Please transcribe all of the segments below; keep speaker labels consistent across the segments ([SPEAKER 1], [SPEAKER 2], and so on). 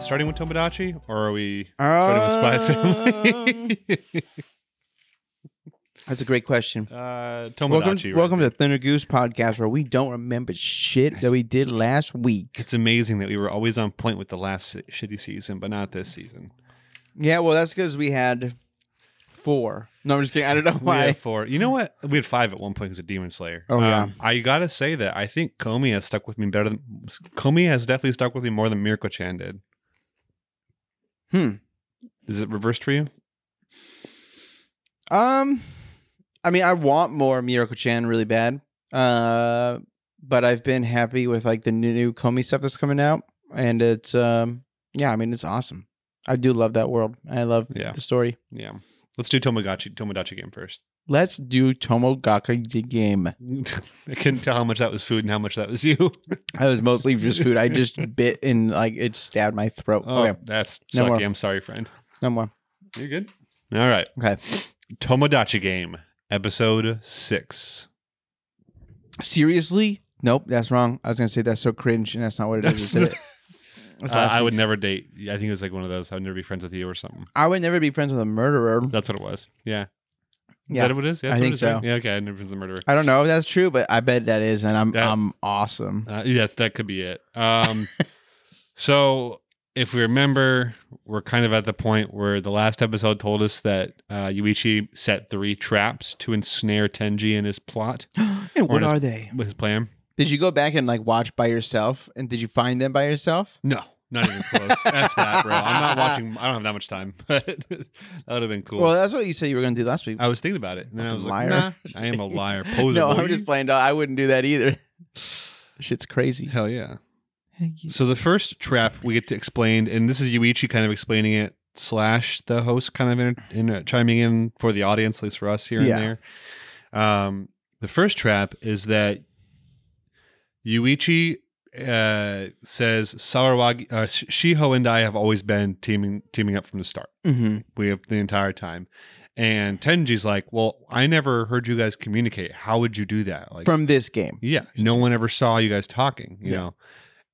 [SPEAKER 1] starting with Tomodachi, or are we
[SPEAKER 2] Um, Oh.
[SPEAKER 1] starting with Spy Family?
[SPEAKER 2] That's a great question.
[SPEAKER 1] uh, Tomodachi.
[SPEAKER 2] Welcome,
[SPEAKER 1] right
[SPEAKER 2] welcome
[SPEAKER 1] there.
[SPEAKER 2] to the Thunder Goose podcast where we don't remember shit that we did last week.
[SPEAKER 1] It's amazing that we were always on point with the last si- shitty season, but not this season.
[SPEAKER 2] Yeah, well, that's because we had four. No, I'm just kidding. I don't know
[SPEAKER 1] We
[SPEAKER 2] why.
[SPEAKER 1] had four. You know what? We had five at one point because of Demon Slayer. Um,
[SPEAKER 2] Oh, yeah.
[SPEAKER 1] I gotta say that I think Comey has stuck with me better than Comey has definitely stuck with me more than Miracle Chan did.
[SPEAKER 2] Hmm.
[SPEAKER 1] Is it reversed for you?
[SPEAKER 2] Um, I mean, I want more Miracle Chan really bad. Uh, but I've been happy with like the new, new Comey stuff that's coming out, and it's um, yeah, I mean, it's awesome. I do love that world. I love
[SPEAKER 1] Yeah.
[SPEAKER 2] the story.
[SPEAKER 1] Yeah. Let's do Tomodachi Tomodachi game first.
[SPEAKER 2] Let's do Tomogaka G- game.
[SPEAKER 1] I couldn't tell how much that was food and how much that was you.
[SPEAKER 2] That was mostly just food. I just bit and like it stabbed my throat.
[SPEAKER 1] Oh,
[SPEAKER 2] Okay,
[SPEAKER 1] that's
[SPEAKER 2] No
[SPEAKER 1] sucky.
[SPEAKER 2] more.
[SPEAKER 1] I'm sorry, friend.
[SPEAKER 2] no more.
[SPEAKER 1] You're good. All right.
[SPEAKER 2] Okay,
[SPEAKER 1] Tomodachi game, episode six.
[SPEAKER 2] seriously? Nope, that's wrong. I was gonna say that's so cringe, and that's not what it is. is it? That's
[SPEAKER 1] Uh,
[SPEAKER 2] last
[SPEAKER 1] I would
[SPEAKER 2] week's.
[SPEAKER 1] never date. I think it was like one of those. I would never be friends with you or something.
[SPEAKER 2] I would never be friends with a murderer.
[SPEAKER 1] That's what it was. Yeah. Is
[SPEAKER 2] Yeah.
[SPEAKER 1] that what it is? Yeah,
[SPEAKER 2] I
[SPEAKER 1] that's what
[SPEAKER 2] think
[SPEAKER 1] it is, right?
[SPEAKER 2] so.
[SPEAKER 1] Yeah, okay. I never was the murderer.
[SPEAKER 2] I don't know if that's true, but I bet that is, and I'm
[SPEAKER 1] That-
[SPEAKER 2] I'm awesome.
[SPEAKER 1] Uh, yes, that could be it. Um, so if we remember, we're kind of at the point where the last episode told us that uh, Yuichi set three traps to ensnare Tenji in his plot,
[SPEAKER 2] and what
[SPEAKER 1] Honest-
[SPEAKER 2] are they?
[SPEAKER 1] with his plan.
[SPEAKER 2] Did you go back and like watch by yourself, and did you find them by yourself?
[SPEAKER 1] No, not even close. F that, bro. I'm not watching. I don't have that much time, but that would have been cool.
[SPEAKER 2] Well, that's what you said you were going to do last week.
[SPEAKER 1] I was thinking about it, and then I was
[SPEAKER 2] Fucking
[SPEAKER 1] like,
[SPEAKER 2] liar.
[SPEAKER 1] nah, I am a liar. Poser,
[SPEAKER 2] no,
[SPEAKER 1] will
[SPEAKER 2] I'm
[SPEAKER 1] you?
[SPEAKER 2] just playing. No, I wouldn't do that either. Shit's crazy.
[SPEAKER 1] Hell yeah. So the first trap we get to explain, and this is Yuichi kind of explaining it, slash the host kind of in, in uh, chiming in for the audience, at least for us here
[SPEAKER 2] Yeah.
[SPEAKER 1] and there. Um, the first trap is that Yuichi uh, says Sarawagi, uh, Sh- Shiho and I have always been teaming teaming up from the start.
[SPEAKER 2] Mm-hmm.
[SPEAKER 1] We have the entire time. And Tenji's like, well, I never heard you guys communicate. How would you do that? Like,
[SPEAKER 2] From this game,
[SPEAKER 1] yeah. No one ever saw you guys talking, you
[SPEAKER 2] Yeah.
[SPEAKER 1] know?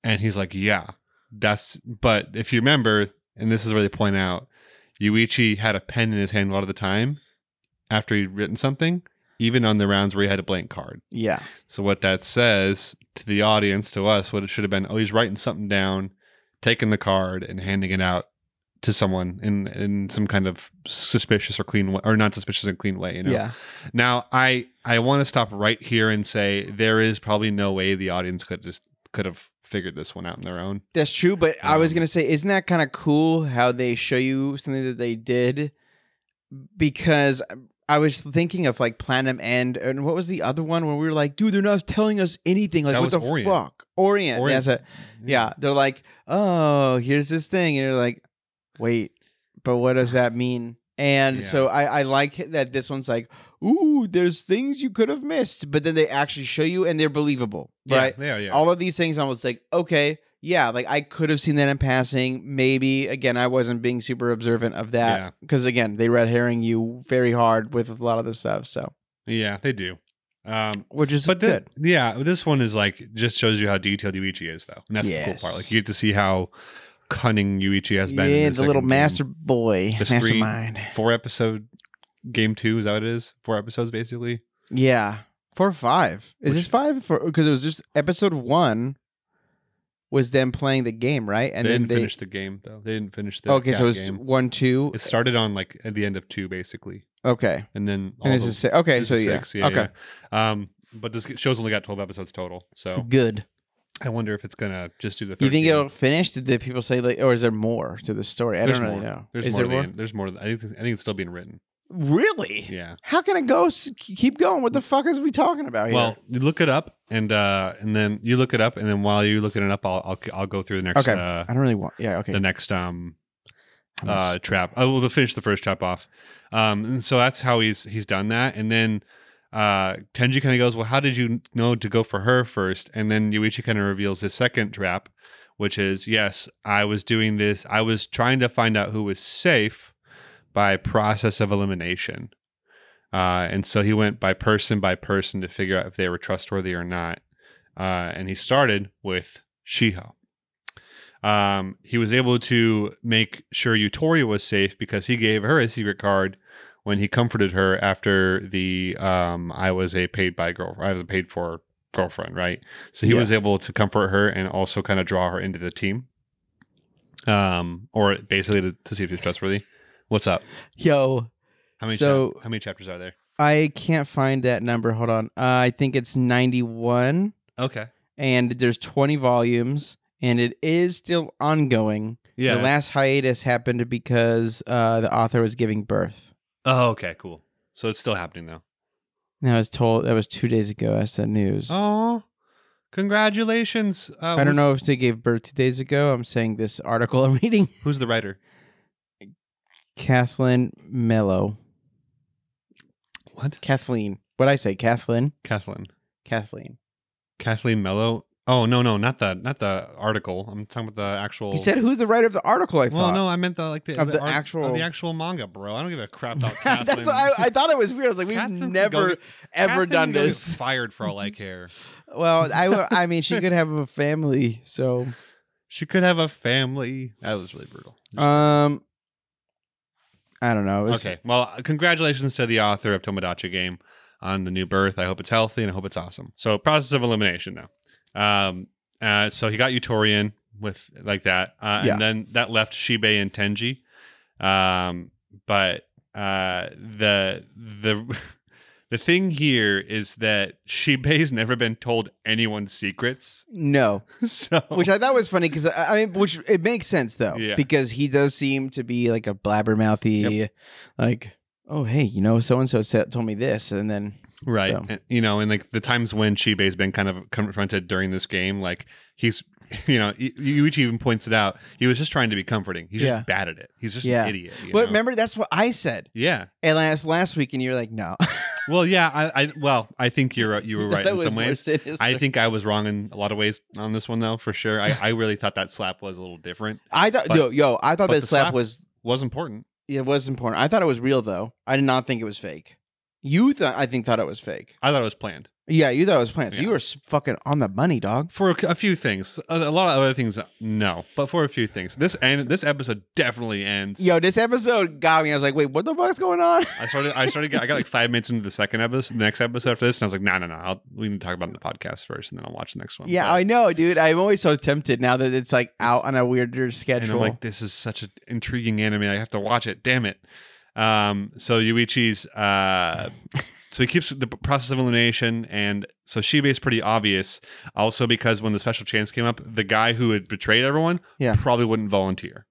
[SPEAKER 1] And he's like, yeah, that's, but if you remember, and this is where they point out, Yuichi had a pen in his hand a lot of the time after he'd written something, even on the rounds where he had a blank card.
[SPEAKER 2] yeah,
[SPEAKER 1] So what that says to the audience, to us, what it should have been, oh, he's writing something down, taking the card and handing it out to someone in in some kind of suspicious or clean way, or not suspicious and clean way, you know.
[SPEAKER 2] yeah.
[SPEAKER 1] Now, I I want to stop right here and say there is probably no way the audience could just could have figured this one out on their own.
[SPEAKER 2] That's true, but I was
[SPEAKER 1] Um,
[SPEAKER 2] gonna say, isn't that kind of cool how they show you something that they did? Because I was thinking of like Platinum End, and what was the other one where we were like, dude, they're not telling us anything. Like,
[SPEAKER 1] That
[SPEAKER 2] what
[SPEAKER 1] was
[SPEAKER 2] the
[SPEAKER 1] Orient.
[SPEAKER 2] fuck, Orient?
[SPEAKER 1] Orient.
[SPEAKER 2] That's it. Yeah, they're like, oh, here's this thing, and you're like, wait, but what does that mean? And
[SPEAKER 1] Yeah.
[SPEAKER 2] so I, I like that this one's like, ooh, there's things you could have missed, but then they actually show you, and they're believable,
[SPEAKER 1] yeah,
[SPEAKER 2] right?
[SPEAKER 1] yeah, yeah.
[SPEAKER 2] all of these things I was like, okay, yeah, like I could have seen that in passing. Maybe again, I wasn't being super observant
[SPEAKER 1] Yeah.
[SPEAKER 2] of that because again, they red herring you very hard with a lot of this stuff. So,
[SPEAKER 1] yeah, they do. Um,
[SPEAKER 2] which is
[SPEAKER 1] but the,
[SPEAKER 2] good.
[SPEAKER 1] yeah, this one is like just shows you how detailed Yuichi is, though, and that's the cool
[SPEAKER 2] Yes.
[SPEAKER 1] part. Like you get to see how cunning Yuichi has been. in
[SPEAKER 2] yeah,
[SPEAKER 1] the
[SPEAKER 2] the little
[SPEAKER 1] second game.
[SPEAKER 2] master boy,
[SPEAKER 1] This three-
[SPEAKER 2] mastermind.
[SPEAKER 1] four episode game two is that what it is? Four episodes basically.
[SPEAKER 2] Yeah, four or five.
[SPEAKER 1] Which-
[SPEAKER 2] Is this five? Because it was just episode one was them playing the game, right? And
[SPEAKER 1] they
[SPEAKER 2] then
[SPEAKER 1] didn't
[SPEAKER 2] they.
[SPEAKER 1] finish the game though. They didn't finish the
[SPEAKER 2] okay,
[SPEAKER 1] cat
[SPEAKER 2] so it's
[SPEAKER 1] game.
[SPEAKER 2] one, two.
[SPEAKER 1] It started on like at the end of two basically,
[SPEAKER 2] okay,
[SPEAKER 1] and then all
[SPEAKER 2] and this
[SPEAKER 1] the-
[SPEAKER 2] is si- okay.
[SPEAKER 1] This
[SPEAKER 2] So
[SPEAKER 1] is
[SPEAKER 2] yeah.
[SPEAKER 1] six, yeah,
[SPEAKER 2] okay,
[SPEAKER 1] yeah. Um, but this show's only got twelve episodes total, so
[SPEAKER 2] good.
[SPEAKER 1] I wonder if it's gonna just do the.
[SPEAKER 2] Hmm. You think
[SPEAKER 1] 13.
[SPEAKER 2] it'll finish? Did the people say like, or is there more to the story? I
[SPEAKER 1] There's
[SPEAKER 2] don't really
[SPEAKER 1] more.
[SPEAKER 2] know.
[SPEAKER 1] There's
[SPEAKER 2] is
[SPEAKER 1] more.
[SPEAKER 2] there
[SPEAKER 1] to the
[SPEAKER 2] more?
[SPEAKER 1] end. There's more. I think. I think it's still being written.
[SPEAKER 2] Really?
[SPEAKER 1] Yeah.
[SPEAKER 2] How can it go? s- Keep going. What the fuck is we talking about here?
[SPEAKER 1] Well, you look it up, and uh, and then you look it up, and then while you're looking it up, I'll I'll, I'll go through the next
[SPEAKER 2] Okay.
[SPEAKER 1] uh,
[SPEAKER 2] I don't really want. Yeah. Okay.
[SPEAKER 1] the next um
[SPEAKER 2] I'm s-
[SPEAKER 1] uh, trap. I will finish the first trap off. Um, and so that's how he's he's done that. And then uh, Tenji kind of goes, "Well, how did you know to go for her first? And then Yuichi kind of reveals his second trap, which is, "Yes, I was doing this. I was trying to find out who was safe by process of elimination." Uh, and so he went by person by person to figure out if they were trustworthy or not. Uh, and he started with Shiho. Um, he was able to make sure Utoria was safe because he gave her a secret card when he comforted her after the um, I was a paid by girl, I was a paid for girlfriend, right? So he
[SPEAKER 2] Yeah.
[SPEAKER 1] was able to comfort her and also kind of draw her into the team, um, or basically to, to see if she's trustworthy. What's up?
[SPEAKER 2] Yo,
[SPEAKER 1] How many?
[SPEAKER 2] So-
[SPEAKER 1] chap- how many chapters are there?
[SPEAKER 2] I can't find that number. Hold on. Uh, I think it's 91
[SPEAKER 1] Okay.
[SPEAKER 2] and there's 20 volumes and it is still ongoing.
[SPEAKER 1] Yeah.
[SPEAKER 2] The last hiatus happened because uh, the author was giving birth.
[SPEAKER 1] oh, okay. Cool. So it's still happening though.
[SPEAKER 2] And I was told that was two days ago. That's the news.
[SPEAKER 1] Oh, congratulations! Uh,
[SPEAKER 2] I don't
[SPEAKER 1] who's-
[SPEAKER 2] know if they gave birth two days ago. I'm saying this article I'm reading.
[SPEAKER 1] who's the writer.
[SPEAKER 2] Kathleen Mello.
[SPEAKER 1] What?
[SPEAKER 2] Kathleen. What I say? Kathleen.
[SPEAKER 1] Kathleen.
[SPEAKER 2] Kathleen.
[SPEAKER 1] Kathleen Mello. Oh no no not the not the article. I'm talking about the actual.
[SPEAKER 2] You said who's the writer of the article? I
[SPEAKER 1] Well
[SPEAKER 2] thought.
[SPEAKER 1] no I meant the like the,
[SPEAKER 2] Of the
[SPEAKER 1] art-
[SPEAKER 2] actual-
[SPEAKER 1] of the actual manga bro. I don't give a crap about Kathleen.
[SPEAKER 2] That's what I, I thought it was weird. I was like, we've
[SPEAKER 1] Kathleen could
[SPEAKER 2] never
[SPEAKER 1] go get-
[SPEAKER 2] ever
[SPEAKER 1] Kathleen
[SPEAKER 2] done
[SPEAKER 1] could go get
[SPEAKER 2] this.
[SPEAKER 1] Fired for all I care.
[SPEAKER 2] Well, I, wa- I mean, she could have a family. So,
[SPEAKER 1] She could have a family. That was really brutal.
[SPEAKER 2] um, I don't know. It was-
[SPEAKER 1] okay. Well, uh, congratulations to the author of Tomodachi Game on the new birth. I hope it's healthy and I hope it's awesome. So, process of elimination though. Um, uh, so he got Utorian with like that, uh,
[SPEAKER 2] Yeah.
[SPEAKER 1] and then that left Shibe and Tenji. Um, but uh, the the the thing here is that Shibe's never been told anyone's secrets.
[SPEAKER 2] No,
[SPEAKER 1] So
[SPEAKER 2] which I thought was funny because I, I mean, which it makes sense though,
[SPEAKER 1] Yeah.
[SPEAKER 2] because he does seem to be like a blabbermouthy, like, oh hey, you know, so and so said told me this, and then
[SPEAKER 1] right
[SPEAKER 2] So-
[SPEAKER 1] And, you know and like the times when chibe's been kind of confronted during this game like he's you know Y- yuichi even points it out he was just trying to be comforting he's
[SPEAKER 2] Yeah.
[SPEAKER 1] just bad at it he's just
[SPEAKER 2] Yeah.
[SPEAKER 1] an idiot you
[SPEAKER 2] Well,
[SPEAKER 1] know?
[SPEAKER 2] remember that's what I said
[SPEAKER 1] yeah
[SPEAKER 2] and last last week, and you were like, no,
[SPEAKER 1] well yeah i, I well i think you're you were right
[SPEAKER 2] That
[SPEAKER 1] in
[SPEAKER 2] was
[SPEAKER 1] some ways
[SPEAKER 2] worse than his-
[SPEAKER 1] i think i was wrong in a lot of ways on this one though for sure i, I really thought that slap was a little different
[SPEAKER 2] I thought
[SPEAKER 1] but-
[SPEAKER 2] yo yo I thought
[SPEAKER 1] but
[SPEAKER 2] that
[SPEAKER 1] the
[SPEAKER 2] slap,
[SPEAKER 1] slap-
[SPEAKER 2] was
[SPEAKER 1] was important
[SPEAKER 2] it was important. I thought it was real though. I did not think it was fake. You thought I think thought it was fake.
[SPEAKER 1] i thought it was planned
[SPEAKER 2] Yeah, you thought it was planned. So
[SPEAKER 1] Yeah.
[SPEAKER 2] you were s- fucking on the money, dog.
[SPEAKER 1] for a, a few things a, a lot of other things no but for a few things this and this episode definitely ends
[SPEAKER 2] Yo, this episode got me. I was like, wait, what the fuck's going on?
[SPEAKER 1] I started. I started. I got like five minutes into the second episode, the next episode after this, and I was like, "No, no, no. I'll, we need to talk about it in the podcast first, and then I'll watch the next one."
[SPEAKER 2] Yeah,
[SPEAKER 1] But-
[SPEAKER 2] I know, dude. I'm always so tempted now that it's like out on a weirder
[SPEAKER 1] and
[SPEAKER 2] schedule.
[SPEAKER 1] I'm like, "This is such an intriguing anime. I have to watch it. Damn it!" Um, so Yuichi's. Uh, so he keeps the process of elimination, and so Shibe is pretty obvious. Also, because when the special chance came up, the guy who had betrayed everyone
[SPEAKER 2] Yeah.
[SPEAKER 1] probably wouldn't volunteer.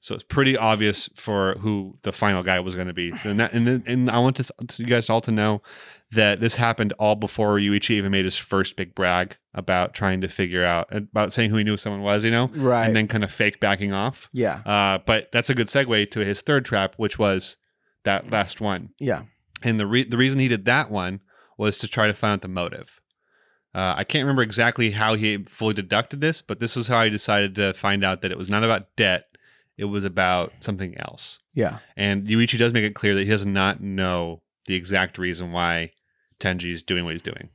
[SPEAKER 1] So it's pretty obvious for who the final guy was going to be. So, and, that, and then- and I want to, to you guys all to know that this happened all before Yuichi even made his first big brag about trying to figure out about saying who he knew someone was, you know,
[SPEAKER 2] right.
[SPEAKER 1] and then kind of fake backing off.
[SPEAKER 2] yeah,
[SPEAKER 1] Uh, but that's a good segue to his third trap, which was that last one.
[SPEAKER 2] yeah,
[SPEAKER 1] And the re- the reason he did that one was to try to find out the motive. Uh, I can't remember exactly how he fully deducted this, but this was how he decided to find out that it was not about debt; it was about something else.
[SPEAKER 2] yeah,
[SPEAKER 1] And Yuichi does make it clear that he does not know the exact reason why Tenji is doing what he's doing.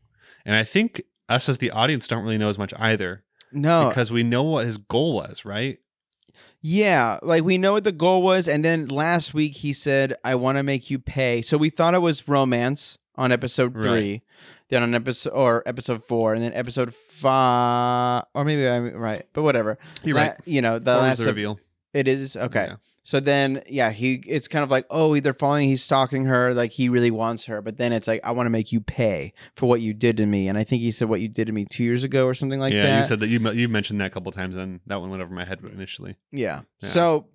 [SPEAKER 1] And I think us as the audience don't really know as much either
[SPEAKER 2] no,
[SPEAKER 1] because we know what his goal was, right?
[SPEAKER 2] yeah. Like we know what the goal was, and then last week he said, "I want to make you pay." So we thought it was romance on episode
[SPEAKER 1] Right.
[SPEAKER 2] three, then on episode or episode four, and then episode five, or maybe I'm right, but whatever.
[SPEAKER 1] You're
[SPEAKER 2] La-
[SPEAKER 1] right.
[SPEAKER 2] You know, the
[SPEAKER 1] That was
[SPEAKER 2] last
[SPEAKER 1] the
[SPEAKER 2] ep-
[SPEAKER 1] reveal.
[SPEAKER 2] It is okay.
[SPEAKER 1] Yeah.
[SPEAKER 2] So then, yeah, he it's kind of like, oh, they're following, he's stalking her, like he really wants her. But then it's like, I want to make you pay for what you did to me, and I think he said what you did to me two years ago or something like
[SPEAKER 1] yeah,
[SPEAKER 2] that.
[SPEAKER 1] you said that you you mentioned that a couple times, and that one went over my head initially.
[SPEAKER 2] yeah.
[SPEAKER 1] Yeah.
[SPEAKER 2] So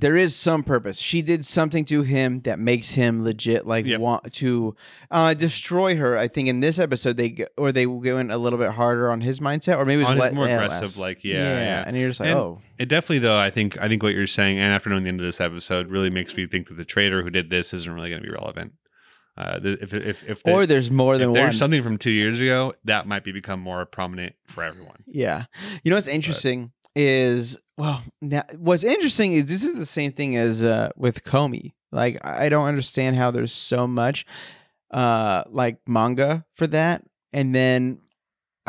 [SPEAKER 2] there is some purpose. She did something to him that makes him legit like
[SPEAKER 1] Yep.
[SPEAKER 2] want to uh, destroy her. I think in this episode they go, or they go in a little bit harder on his mindset, or maybe it was
[SPEAKER 1] On his
[SPEAKER 2] le-
[SPEAKER 1] more
[SPEAKER 2] yeah,
[SPEAKER 1] aggressive,
[SPEAKER 2] less.
[SPEAKER 1] like yeah, yeah.
[SPEAKER 2] and you're just like,
[SPEAKER 1] And-
[SPEAKER 2] oh,
[SPEAKER 1] It definitely, though, I think I think what you're saying, and after knowing the end of this episode, really makes me think that the traitor who did this isn't really going to be relevant. Uh, the, if if if, the,
[SPEAKER 2] or there's more
[SPEAKER 1] if
[SPEAKER 2] than
[SPEAKER 1] there's
[SPEAKER 2] one.
[SPEAKER 1] something from two years ago, that might be become more prominent for everyone.
[SPEAKER 2] Yeah. You know what's interesting is well, now what's interesting is this is the same thing as uh with Comey. Like I I don't understand how there's so much uh like manga for that and then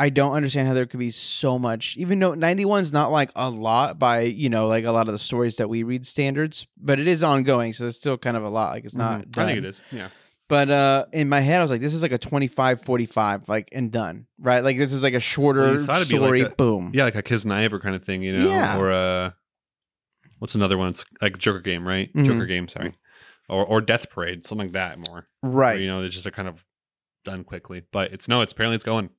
[SPEAKER 2] I don't understand how there could be so much. Even though 91's not like a lot by, you know, like a lot of the stories that we read standards, but it is ongoing, so it's still kind of a lot. Like it's not
[SPEAKER 1] Mm-hmm. I think it
[SPEAKER 2] done.
[SPEAKER 1] is. Yeah.
[SPEAKER 2] But uh in my head I was like this is like a 25 45 like and done, right? Like this is like a
[SPEAKER 1] Well,
[SPEAKER 2] shorter
[SPEAKER 1] you thought it'd be like
[SPEAKER 2] story
[SPEAKER 1] a-
[SPEAKER 2] boom.
[SPEAKER 1] Yeah, like a Kisnaever kind of thing, you know,
[SPEAKER 2] Yeah.
[SPEAKER 1] or uh what's another one? It's like Joker game, right?
[SPEAKER 2] Mhm.
[SPEAKER 1] Joker game, sorry. Or or Death Parade, something like that more. Where,
[SPEAKER 2] Right.
[SPEAKER 1] you know, it's just a kind of done quickly. But it's no, it's apparently it's going.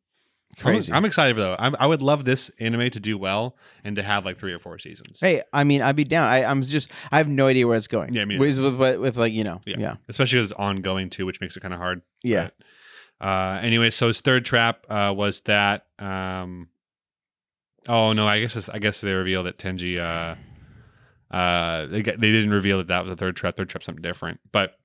[SPEAKER 1] I'm-
[SPEAKER 2] Crazy.
[SPEAKER 1] I'm, excited though. I'm, I would love this anime to do well and to have like three or four seasons.
[SPEAKER 2] Hey, I mean, I'd be down. I, I'm just, I have no idea where it's going.
[SPEAKER 1] Yeah, me neither.
[SPEAKER 2] with, with, with, with like, you know,
[SPEAKER 1] Yeah.
[SPEAKER 2] yeah, yeah,
[SPEAKER 1] Especially because it's ongoing too, which makes it kind of hard.
[SPEAKER 2] yeah.
[SPEAKER 1] But, uh, anyway, so his third trap uh, was that. Um, oh no, I guess it's, I guess they revealed that Tenji. Uh, uh, they, g- they didn't reveal that that was a third trap. Third trap something different, but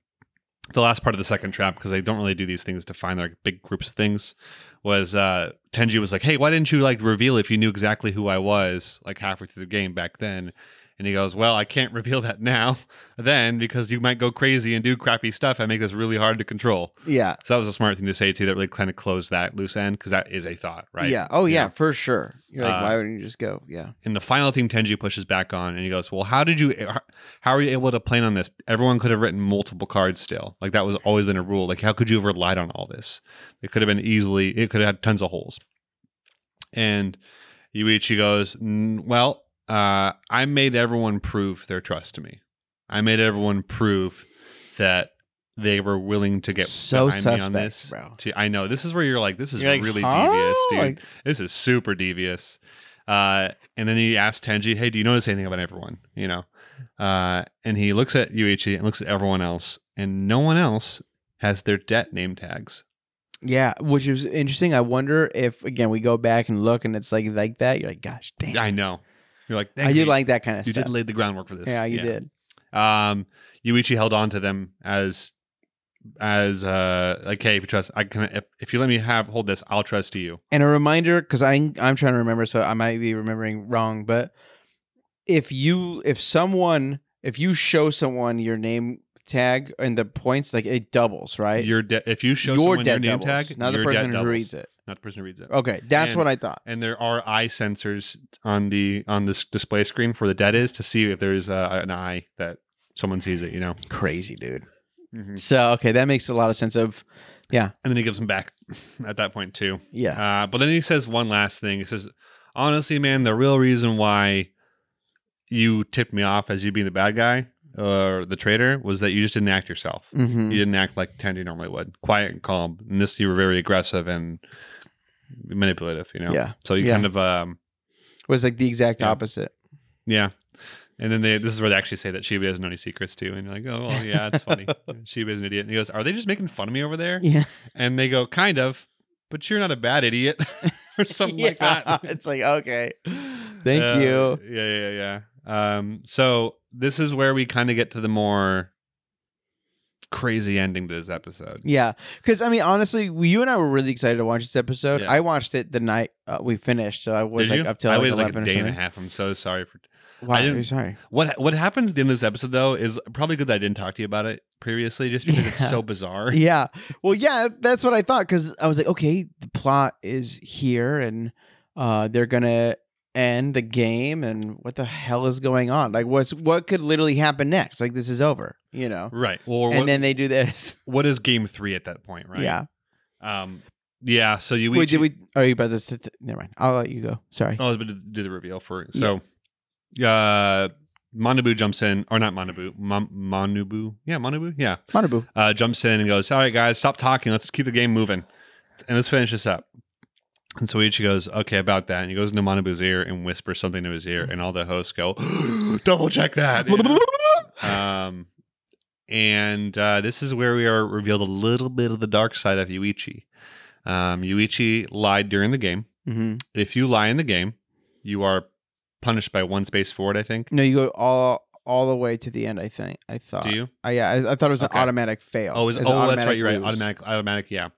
[SPEAKER 1] the last part of the second trap because they don't really do these things to find their big groups of things was uh Tenji was like, "Hey, why didn't you like reveal if you knew exactly who I was like halfway through the game back then?" And he goes, "Well, I can't reveal that now then because you might go crazy and do crappy stuff and make this really hard to control." So that was a smart thing to say too. That really kind of closed that loose end because that is a thought, right?
[SPEAKER 2] Yeah. Oh,
[SPEAKER 1] You
[SPEAKER 2] yeah,
[SPEAKER 1] know?
[SPEAKER 2] for sure. You're like,
[SPEAKER 1] Uh,
[SPEAKER 2] why wouldn't you just go? Yeah.
[SPEAKER 1] And the final thing Tenji pushes back on, and he goes, "Well, how did you? How are you able to plan on this? Everyone could have written multiple cards still. Like that was always been a rule. Like how could you have relied on all this? It could have been easily. It could have had tons of holes." And Yuichi goes, "Mm, "Well, uh, I made everyone prove their trust to me. I made everyone prove that." They were willing to get
[SPEAKER 2] So
[SPEAKER 1] behind me on
[SPEAKER 2] suspect,
[SPEAKER 1] this.
[SPEAKER 2] bro.
[SPEAKER 1] To- I know this is where you're like, this is
[SPEAKER 2] You're like,
[SPEAKER 1] really
[SPEAKER 2] huh?
[SPEAKER 1] devious, dude.
[SPEAKER 2] Like-
[SPEAKER 1] this is super devious. Uh, and then he asks Tenji, "Hey, do you notice anything about everyone?" You know, uh, and he looks at Yuichi and looks at everyone else, and no one else has their debt name tags.
[SPEAKER 2] Yeah. Which is interesting. I wonder if, again, we go back and look and it's like, like that. You're like, gosh, damn.
[SPEAKER 1] I know. You're like,
[SPEAKER 2] I
[SPEAKER 1] "Thank
[SPEAKER 2] do
[SPEAKER 1] you.
[SPEAKER 2] like that kind of
[SPEAKER 1] you
[SPEAKER 2] stuff.
[SPEAKER 1] did lay the groundwork for this.
[SPEAKER 2] yeah, you did.
[SPEAKER 1] Um, Yuichi held on to them as as uh like, hey, if you trust, I can. If, if you let me have hold this, I'll trust you.
[SPEAKER 2] And a reminder, because I I'm trying to remember, so I might be remembering wrong, but if you if someone if you show someone your name tag and the points, like it doubles, right?
[SPEAKER 1] Your debt. If you show
[SPEAKER 2] Your
[SPEAKER 1] someone your
[SPEAKER 2] debt
[SPEAKER 1] name
[SPEAKER 2] doubles,
[SPEAKER 1] tag,
[SPEAKER 2] not the
[SPEAKER 1] your debt
[SPEAKER 2] person who
[SPEAKER 1] doubles,
[SPEAKER 2] reads it.
[SPEAKER 1] not the person who reads it.
[SPEAKER 2] Okay, that's
[SPEAKER 1] And-
[SPEAKER 2] what I thought.
[SPEAKER 1] and there are eye sensors on the on this display screen for the dead is to see if there's uh, an eye that someone sees it you know
[SPEAKER 2] Crazy, dude. So okay, that makes a lot of sense. Of
[SPEAKER 1] and then he gives them back at that point too
[SPEAKER 2] yeah,
[SPEAKER 1] uh, but then he says one last thing he says honestly man the real reason why you tipped me off as you being the bad guy or the traitor was that you just didn't act yourself
[SPEAKER 2] Mhm.
[SPEAKER 1] you didn't act like Tandy normally would quiet and calm and this you were very aggressive and manipulative you know
[SPEAKER 2] yeah.
[SPEAKER 1] so you
[SPEAKER 2] Yeah.
[SPEAKER 1] kind of um
[SPEAKER 2] It was like the exact
[SPEAKER 1] Yeah.
[SPEAKER 2] opposite.
[SPEAKER 1] Yeah. And then they, this is where they actually say that Shiba doesn't know any secrets too. And you're like, oh, well, yeah, it's funny. Shiba's an idiot. And he goes, are they just making fun of me over there?
[SPEAKER 2] Yeah,
[SPEAKER 1] And they go, kind of, but you're not a bad idiot or something like
[SPEAKER 2] Yeah.
[SPEAKER 1] that.
[SPEAKER 2] It's like okay, Thank
[SPEAKER 1] Uh,
[SPEAKER 2] you.
[SPEAKER 1] Yeah, yeah, yeah. Um, so this is where we kind of get to the more crazy ending to this episode.
[SPEAKER 2] yeah. Because I mean, honestly, we- you and I were really excited to watch this episode.
[SPEAKER 1] Yeah.
[SPEAKER 2] I watched it the night uh, we finished, so I was
[SPEAKER 1] Did
[SPEAKER 2] like
[SPEAKER 1] you?
[SPEAKER 2] up till
[SPEAKER 1] I
[SPEAKER 2] like
[SPEAKER 1] waited like
[SPEAKER 2] eleven
[SPEAKER 1] a
[SPEAKER 2] or
[SPEAKER 1] day
[SPEAKER 2] something.
[SPEAKER 1] and a half. I'm so sorry for
[SPEAKER 2] Wow,
[SPEAKER 1] I didn't-
[SPEAKER 2] you're sorry.
[SPEAKER 1] what what happens in this episode though is probably good that I didn't talk to you about it previously, just because it's
[SPEAKER 2] Yeah.
[SPEAKER 1] so bizarre.
[SPEAKER 2] yeah. Well, yeah, that's what I thought because I was like, okay, the plot is here, and uh, they're gonna end the game, and what the hell is going on? Like, what's what could literally happen next? Like, this is over, you know.
[SPEAKER 1] Right. Well,
[SPEAKER 2] and
[SPEAKER 1] what-
[SPEAKER 2] then they do this.
[SPEAKER 1] what is game three at that point, right?
[SPEAKER 2] Yeah.
[SPEAKER 1] Um, yeah. So you
[SPEAKER 2] Wait, did we? Are you about to? Sit never mind. I'll let you go. Sorry.
[SPEAKER 1] Oh, I was about to do the reveal for so. Uh, Manabu jumps in, or not Manabu, Mon- Manubu, yeah, Manabu, yeah,
[SPEAKER 2] Manabu.
[SPEAKER 1] uh, jumps in and goes, "All right, guys, stop talking. Let's keep the game moving, and let's finish this up." And so Ichi goes, "Okay, about that," and he goes into Manabu's ear and whispers something to his ear,
[SPEAKER 2] Mm-hmm.
[SPEAKER 1] and all the hosts go, "Double check that." you know? um, and uh, this is where we are revealed a little bit of the dark side of Yuichi. Um, Yuichi lied during the game.
[SPEAKER 2] hmm
[SPEAKER 1] If you lie in the game, you are punished by one space forward. I think.
[SPEAKER 2] No, you go all all the way to the end. I think. I thought.
[SPEAKER 1] Do you?
[SPEAKER 2] I, yeah, I, I thought it was
[SPEAKER 1] Okay.
[SPEAKER 2] an automatic fail.
[SPEAKER 1] Oh, is,
[SPEAKER 2] It was an
[SPEAKER 1] oh, that's right.
[SPEAKER 2] uh, automatic
[SPEAKER 1] You're right.
[SPEAKER 2] lose.
[SPEAKER 1] Automatic, automatic. Yeah.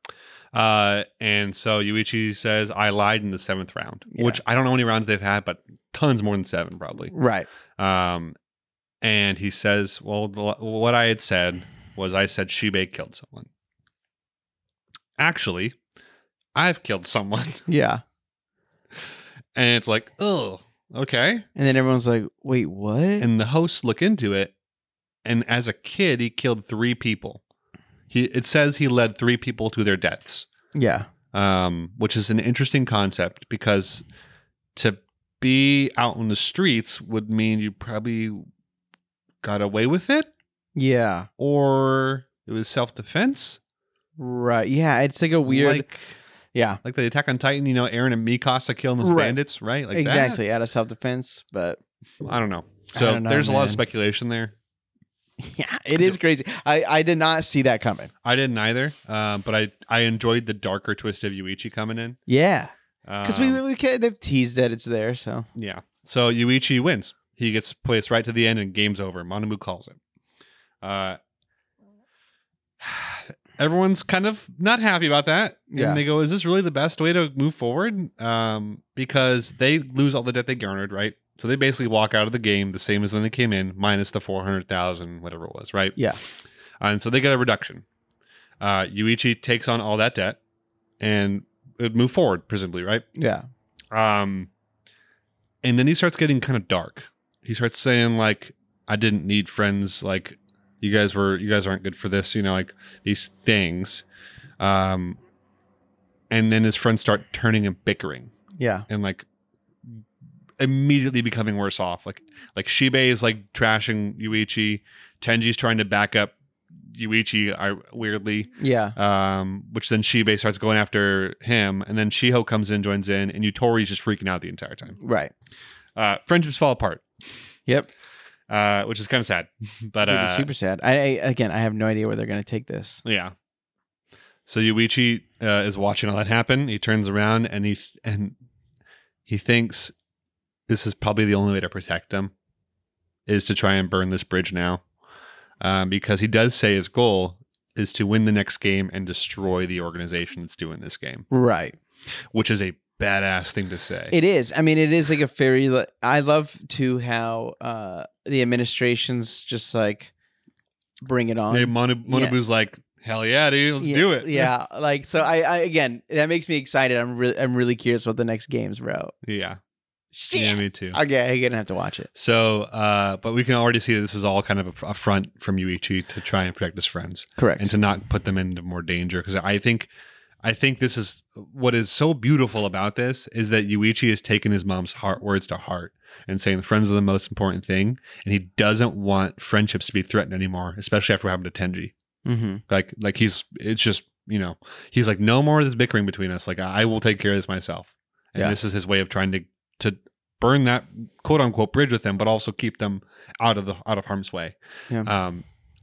[SPEAKER 1] Uh, and so Yuichi says, "I lied in the seventh round,"
[SPEAKER 2] Yeah.
[SPEAKER 1] which I don't know how many rounds they've had, but tons more than seven, probably.
[SPEAKER 2] Right.
[SPEAKER 1] Um, and he says, "Well, the, what I had said was I said Shibe killed someone. Actually, I've killed someone.
[SPEAKER 2] Yeah.
[SPEAKER 1] and it's like, oh, okay.
[SPEAKER 2] And then everyone's like, wait, what?
[SPEAKER 1] And the hosts look into it, and as a kid, he killed three people. He it says he led three people to their deaths,
[SPEAKER 2] yeah.
[SPEAKER 1] um, which is an interesting concept because to be out in the streets would mean you probably got away with it,
[SPEAKER 2] Yeah.
[SPEAKER 1] or it was self defense.
[SPEAKER 2] Right. Yeah. It's like a weird.
[SPEAKER 1] like
[SPEAKER 2] yeah.
[SPEAKER 1] like the Attack on Titan. You know, Aaron and Mikasa killing those
[SPEAKER 2] Right.
[SPEAKER 1] bandits, right? Like that?
[SPEAKER 2] exactly. Out of self defense. But
[SPEAKER 1] I don't know.
[SPEAKER 2] I
[SPEAKER 1] So
[SPEAKER 2] don't know,
[SPEAKER 1] there's a lot of
[SPEAKER 2] man.
[SPEAKER 1] speculation there.
[SPEAKER 2] yeah, it is crazy. I, I did not see that coming.
[SPEAKER 1] I didn't either, um, but I I enjoyed the darker twist of Yuichi coming in.
[SPEAKER 2] Yeah. Because we,
[SPEAKER 1] Um,
[SPEAKER 2] we can, they've teased that it's there. So
[SPEAKER 1] yeah. So Yuichi wins. He gets placed right to the end, and game's over. Manamu calls it. Uh, everyone's kind of not happy about that,
[SPEAKER 2] Yeah.
[SPEAKER 1] and they go, "Is this really the best way to move forward?" Um, because they lose all the debt they garnered, right? So they basically walk out of the game the same as when they came in, minus the four hundred thousand, whatever it was, right?
[SPEAKER 2] Yeah.
[SPEAKER 1] and so they get a reduction. Uh, Yuichi takes on all that debt and it would move forward, presumably, right?
[SPEAKER 2] yeah.
[SPEAKER 1] Um, and then he starts getting kind of dark. He starts saying like, "I didn't need friends. Like, you guys were, you guys aren't good for this. You know, like these things." Um, and then his friends start turning and bickering
[SPEAKER 2] Yeah.
[SPEAKER 1] and like immediately becoming worse off. Like like Shibe is like trashing Yuichi. Tenji's trying to back up Yuichi I, weirdly,
[SPEAKER 2] Yeah.
[SPEAKER 1] um, which then Shibe starts going after him, and then Shiho comes in, joins in, and Yutori's just freaking out the entire time.
[SPEAKER 2] Right.
[SPEAKER 1] Uh, friendships fall apart,
[SPEAKER 2] Yep.
[SPEAKER 1] uh, which is kind of sad, but
[SPEAKER 2] Dude,
[SPEAKER 1] uh,
[SPEAKER 2] it's super sad. I, I again, I have no idea where they're going to take this.
[SPEAKER 1] Yeah. So Yuichi uh, is watching all that happen. He turns around and he and he thinks this is probably the only way to protect them is to try and burn this bridge now, um, because he does say his goal is to win the next game and destroy the organization that's doing this game,
[SPEAKER 2] Right.
[SPEAKER 1] which is a badass thing to say.
[SPEAKER 2] It is. I mean, it is like a fairy. li- I love too how uh the administration's just like bring it on.
[SPEAKER 1] Hey, Mono- Monobu's like, hell yeah, dude, let's
[SPEAKER 2] yeah,
[SPEAKER 1] do it.
[SPEAKER 2] Yeah, like so. I, I again, that makes me excited. I'm really, I'm really curious what the next game's, bro.
[SPEAKER 1] yeah,
[SPEAKER 2] Shit.
[SPEAKER 1] yeah, me too.
[SPEAKER 2] Okay, I'm gonna have to watch it.
[SPEAKER 1] So, uh, but we can already see that this is all kind of a, a front from Yuichi to try and protect his friends
[SPEAKER 2] Correct.
[SPEAKER 1] and to not put them into more danger. Because I think, I think this is what is so beautiful about this is that Yuichi has taken his mom's heart words to heart and saying friends are the most important thing, and he doesn't want friendships to be threatened anymore, especially after what happened to Tenji.
[SPEAKER 2] mm-hmm.
[SPEAKER 1] Like, like he's it's just you know he's like no more of this bickering between us. Like I, I will take care of this myself, and
[SPEAKER 2] Yeah.
[SPEAKER 1] this is his way of trying to to burn that quote unquote bridge with them, but also keep them out of the out of harm's way.
[SPEAKER 2] Yeah.
[SPEAKER 1] Um,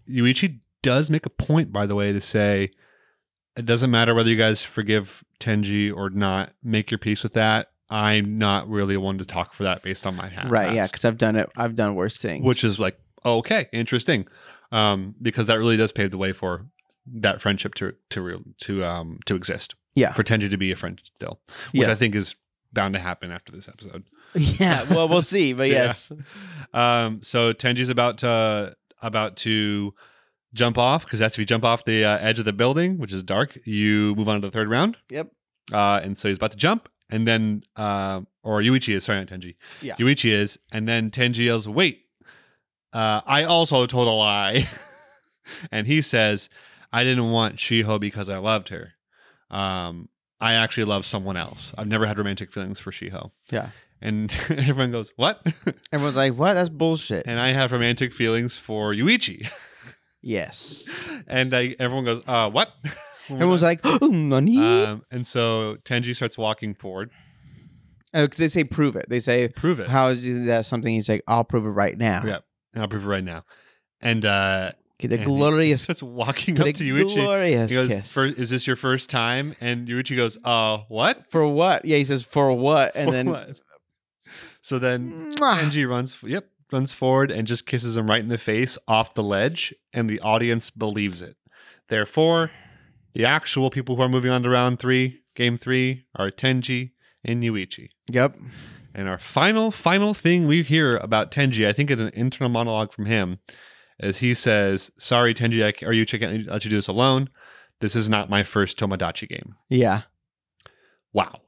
[SPEAKER 1] Yuichi does make a point, by the way, to say it doesn't matter whether you guys forgive Tenji or not. Make your peace with that. I'm not really one to talk for that based on my hat.
[SPEAKER 2] Right. Yeah, because I've done it. I've done worse things.
[SPEAKER 1] which is like okay, interesting, um, because that really does pave the way for that friendship to to real to um to exist.
[SPEAKER 2] Yeah.
[SPEAKER 1] for Tenji to be a friend still, which
[SPEAKER 2] Yeah.
[SPEAKER 1] I think is bound to happen after this episode.
[SPEAKER 2] yeah. Well, we'll see. But
[SPEAKER 1] Yeah.
[SPEAKER 2] yes.
[SPEAKER 1] Um, so Tenji's about to about to jump off because that's if you jump off the uh, edge of the building, which is dark, you move on to the third round.
[SPEAKER 2] Yep.
[SPEAKER 1] Uh, and so he's about to jump, and then uh, or Yuichi is sorry, not Tenji.
[SPEAKER 2] Yeah.
[SPEAKER 1] Yuichi is, and then Tenji yells, "Wait! Uh, I also told a lie," and he says, "I didn't want Shiho because I loved her. Um, I actually love someone else. I've never had romantic feelings for Shiho."
[SPEAKER 2] Yeah.
[SPEAKER 1] And everyone goes, "What?"
[SPEAKER 2] Everyone's like, "What? That's bullshit."
[SPEAKER 1] and I have romantic feelings for Yuichi.
[SPEAKER 2] yes.
[SPEAKER 1] And I, everyone goes, uh, what?
[SPEAKER 2] Everyone's like, "Oh, money,"
[SPEAKER 1] um, and so Tenji starts walking forward.
[SPEAKER 2] because Oh, they say, "Prove it." They say,
[SPEAKER 1] Prove it.
[SPEAKER 2] How is that something? He's like, I'll prove it right now.
[SPEAKER 1] Yeah. And I'll prove it right now. And uh,
[SPEAKER 2] Get a
[SPEAKER 1] and he- he
[SPEAKER 2] glorious,
[SPEAKER 1] starts walking
[SPEAKER 2] get
[SPEAKER 1] up
[SPEAKER 2] a
[SPEAKER 1] to Yuichi.
[SPEAKER 2] glorious
[SPEAKER 1] He goes,
[SPEAKER 2] kiss.
[SPEAKER 1] "Fir- is this your first time? And Yuichi goes, uh, what?
[SPEAKER 2] for what? Yeah, he says for what, and
[SPEAKER 1] For
[SPEAKER 2] then Ah.
[SPEAKER 1] what?" So then
[SPEAKER 2] Mwah.
[SPEAKER 1] Tenji runs, yep, runs forward and just kisses him right in the face off the ledge, and the audience believes it. Therefore, the actual people who are moving on to round three, game three, are Tenji and Yuichi.
[SPEAKER 2] yep,
[SPEAKER 1] And our final, final thing we hear about Tenji, I think it's an internal monologue from him, as he says, "Sorry, Tenji, I ca- or you can't let you do this alone. This is not my first Tomodachi game.
[SPEAKER 2] yeah,
[SPEAKER 1] Wow,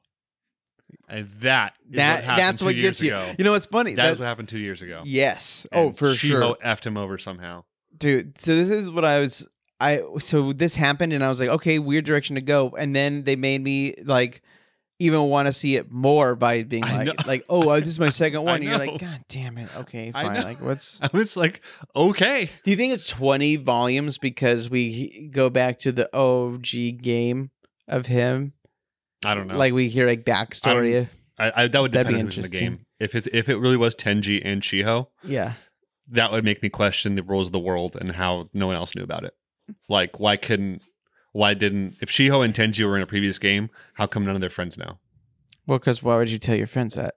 [SPEAKER 1] And that is
[SPEAKER 2] That
[SPEAKER 1] what happened
[SPEAKER 2] that's
[SPEAKER 1] two
[SPEAKER 2] what
[SPEAKER 1] years
[SPEAKER 2] gets you.
[SPEAKER 1] ago.
[SPEAKER 2] You know what's funny?
[SPEAKER 1] that
[SPEAKER 2] That-
[SPEAKER 1] is what happened two years ago.
[SPEAKER 2] yes. Oh,
[SPEAKER 1] And
[SPEAKER 2] for sure.
[SPEAKER 1] She-Hulk effed him over somehow.
[SPEAKER 2] dude so this is what i was i so this happened and i was like okay weird direction to go and then they made me like even want to see it more by being
[SPEAKER 1] I know.
[SPEAKER 2] like like oh uh, this is my second
[SPEAKER 1] I
[SPEAKER 2] one and you're
[SPEAKER 1] know.
[SPEAKER 2] like god damn it okay
[SPEAKER 1] I
[SPEAKER 2] fine
[SPEAKER 1] know.
[SPEAKER 2] like what's
[SPEAKER 1] I was like, okay,
[SPEAKER 2] do you think it's 20 volumes because we go back to the og game of him
[SPEAKER 1] I don't know.
[SPEAKER 2] like we hear like backstory of-
[SPEAKER 1] I, I, that would depend
[SPEAKER 2] That'd be
[SPEAKER 1] on who's in the
[SPEAKER 2] interesting.
[SPEAKER 1] game. If it if it really was Tenji and Shiho,
[SPEAKER 2] yeah
[SPEAKER 1] that would make me question the rules of the world and how no one else knew about it. Like, why couldn't, why didn't if Shiho and Tenji were in a previous game, how come none of their friends know?
[SPEAKER 2] well because why would you tell your friends that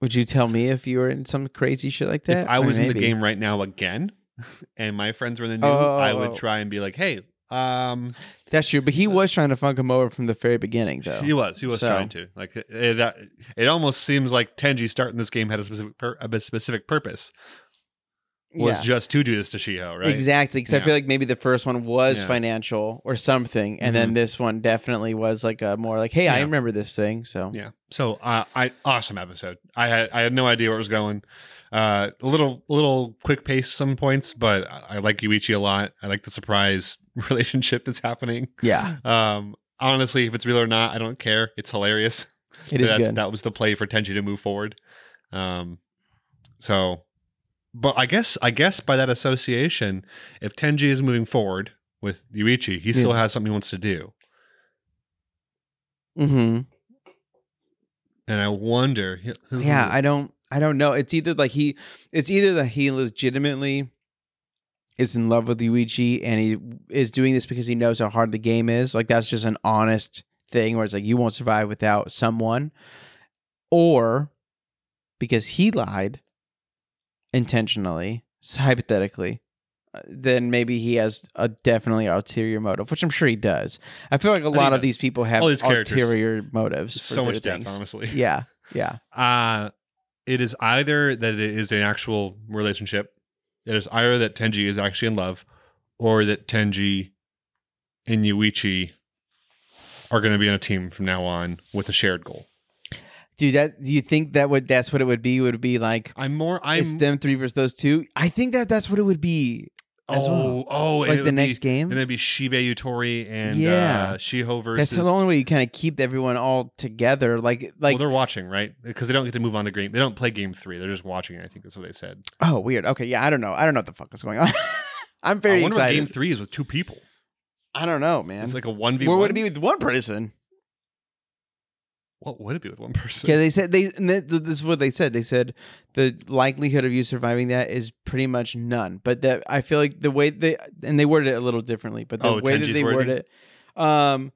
[SPEAKER 2] would you tell me if you were in some crazy shit like that
[SPEAKER 1] if I was in the
[SPEAKER 2] maybe.
[SPEAKER 1] game right now again, and my friends were in the new,
[SPEAKER 2] Oh,
[SPEAKER 1] I
[SPEAKER 2] oh,
[SPEAKER 1] would
[SPEAKER 2] oh.
[SPEAKER 1] try and be like, hey, um,
[SPEAKER 2] that's true but he was trying to funk him over from the very beginning though
[SPEAKER 1] he was, he was
[SPEAKER 2] So-
[SPEAKER 1] trying to. Like, it, it, uh, it almost seems like Tenji starting this game had a specific pur- a specific purpose was
[SPEAKER 2] Yeah.
[SPEAKER 1] just to do this to Shiho, right?
[SPEAKER 2] Exactly. Because
[SPEAKER 1] Yeah.
[SPEAKER 2] I feel like maybe the first one was
[SPEAKER 1] Yeah.
[SPEAKER 2] financial or something. And then this one definitely was like a more like, hey, I
[SPEAKER 1] Yeah.
[SPEAKER 2] remember this thing. So
[SPEAKER 1] Yeah. So uh, I awesome episode. I had I had no idea where it was going. Uh, a little little quick pace some points, but I, I like Yuichi a lot. I like the surprise relationship that's happening.
[SPEAKER 2] yeah,
[SPEAKER 1] Um, honestly, if it's real or not, I don't care. It's hilarious.
[SPEAKER 2] it is
[SPEAKER 1] that's,
[SPEAKER 2] good.
[SPEAKER 1] That was the play for Tenji to move forward. Um, so, but I guess I guess by that association, if Tenji is moving forward with Yuichi, he still has something he wants to do.
[SPEAKER 2] hmm
[SPEAKER 1] And I wonder. Mm-hmm.
[SPEAKER 2] Yeah, I don't I don't know. It's either like he it's either that he legitimately is in love with Luigi and he is doing this because he knows how hard the game is. Like that's just an honest thing where it's like you won't survive without someone. Or because he lied intentionally, s- hypothetically, uh, then maybe he has a definitely ulterior motive, which I'm sure he does. I feel like a
[SPEAKER 1] think
[SPEAKER 2] lot
[SPEAKER 1] he
[SPEAKER 2] of
[SPEAKER 1] does.
[SPEAKER 2] these people have
[SPEAKER 1] All these characters.
[SPEAKER 2] ulterior motives. for
[SPEAKER 1] so
[SPEAKER 2] their
[SPEAKER 1] much depth,
[SPEAKER 2] things.
[SPEAKER 1] honestly.
[SPEAKER 2] Yeah, yeah.
[SPEAKER 1] Uh, it is either that it is an actual relationship. It is either that Tenji is actually in love, or that Tenji and Yuichi are going to be on a team from now on with a shared goal.
[SPEAKER 2] Dude, that do you think that would that's what it would be? Would be like
[SPEAKER 1] I'm more. I'm.
[SPEAKER 2] it's them three versus those two. I think that that's what it would be. as
[SPEAKER 1] oh,
[SPEAKER 2] well.
[SPEAKER 1] oh, and it
[SPEAKER 2] like the
[SPEAKER 1] would
[SPEAKER 2] next
[SPEAKER 1] be,
[SPEAKER 2] game.
[SPEAKER 1] and it'd be Shibe Yutori and
[SPEAKER 2] Yeah.
[SPEAKER 1] uh, Shiho versus.
[SPEAKER 2] that's the only way you kind of keep everyone all together. Like like
[SPEAKER 1] well, they're watching, right? Because they don't get to move on to game. They don't play game three. They're just watching. it, I think that's what they said.
[SPEAKER 2] oh weird. Okay, yeah, I don't know. I don't know what the fuck is going on. I'm very
[SPEAKER 1] I wonder
[SPEAKER 2] excited.
[SPEAKER 1] if game three is with two people.
[SPEAKER 2] I don't know, man.
[SPEAKER 1] It's like a one v
[SPEAKER 2] Where
[SPEAKER 1] one.
[SPEAKER 2] would it be with one person?
[SPEAKER 1] What would it be with one person?
[SPEAKER 2] Yeah, they said they. And that, this is what they said. They said the likelihood of you surviving that is pretty much none. But that I feel like the way they and they worded it a little differently. But the
[SPEAKER 1] Oh,
[SPEAKER 2] way that
[SPEAKER 1] Tenji's
[SPEAKER 2] they
[SPEAKER 1] wording?
[SPEAKER 2] worded it, um,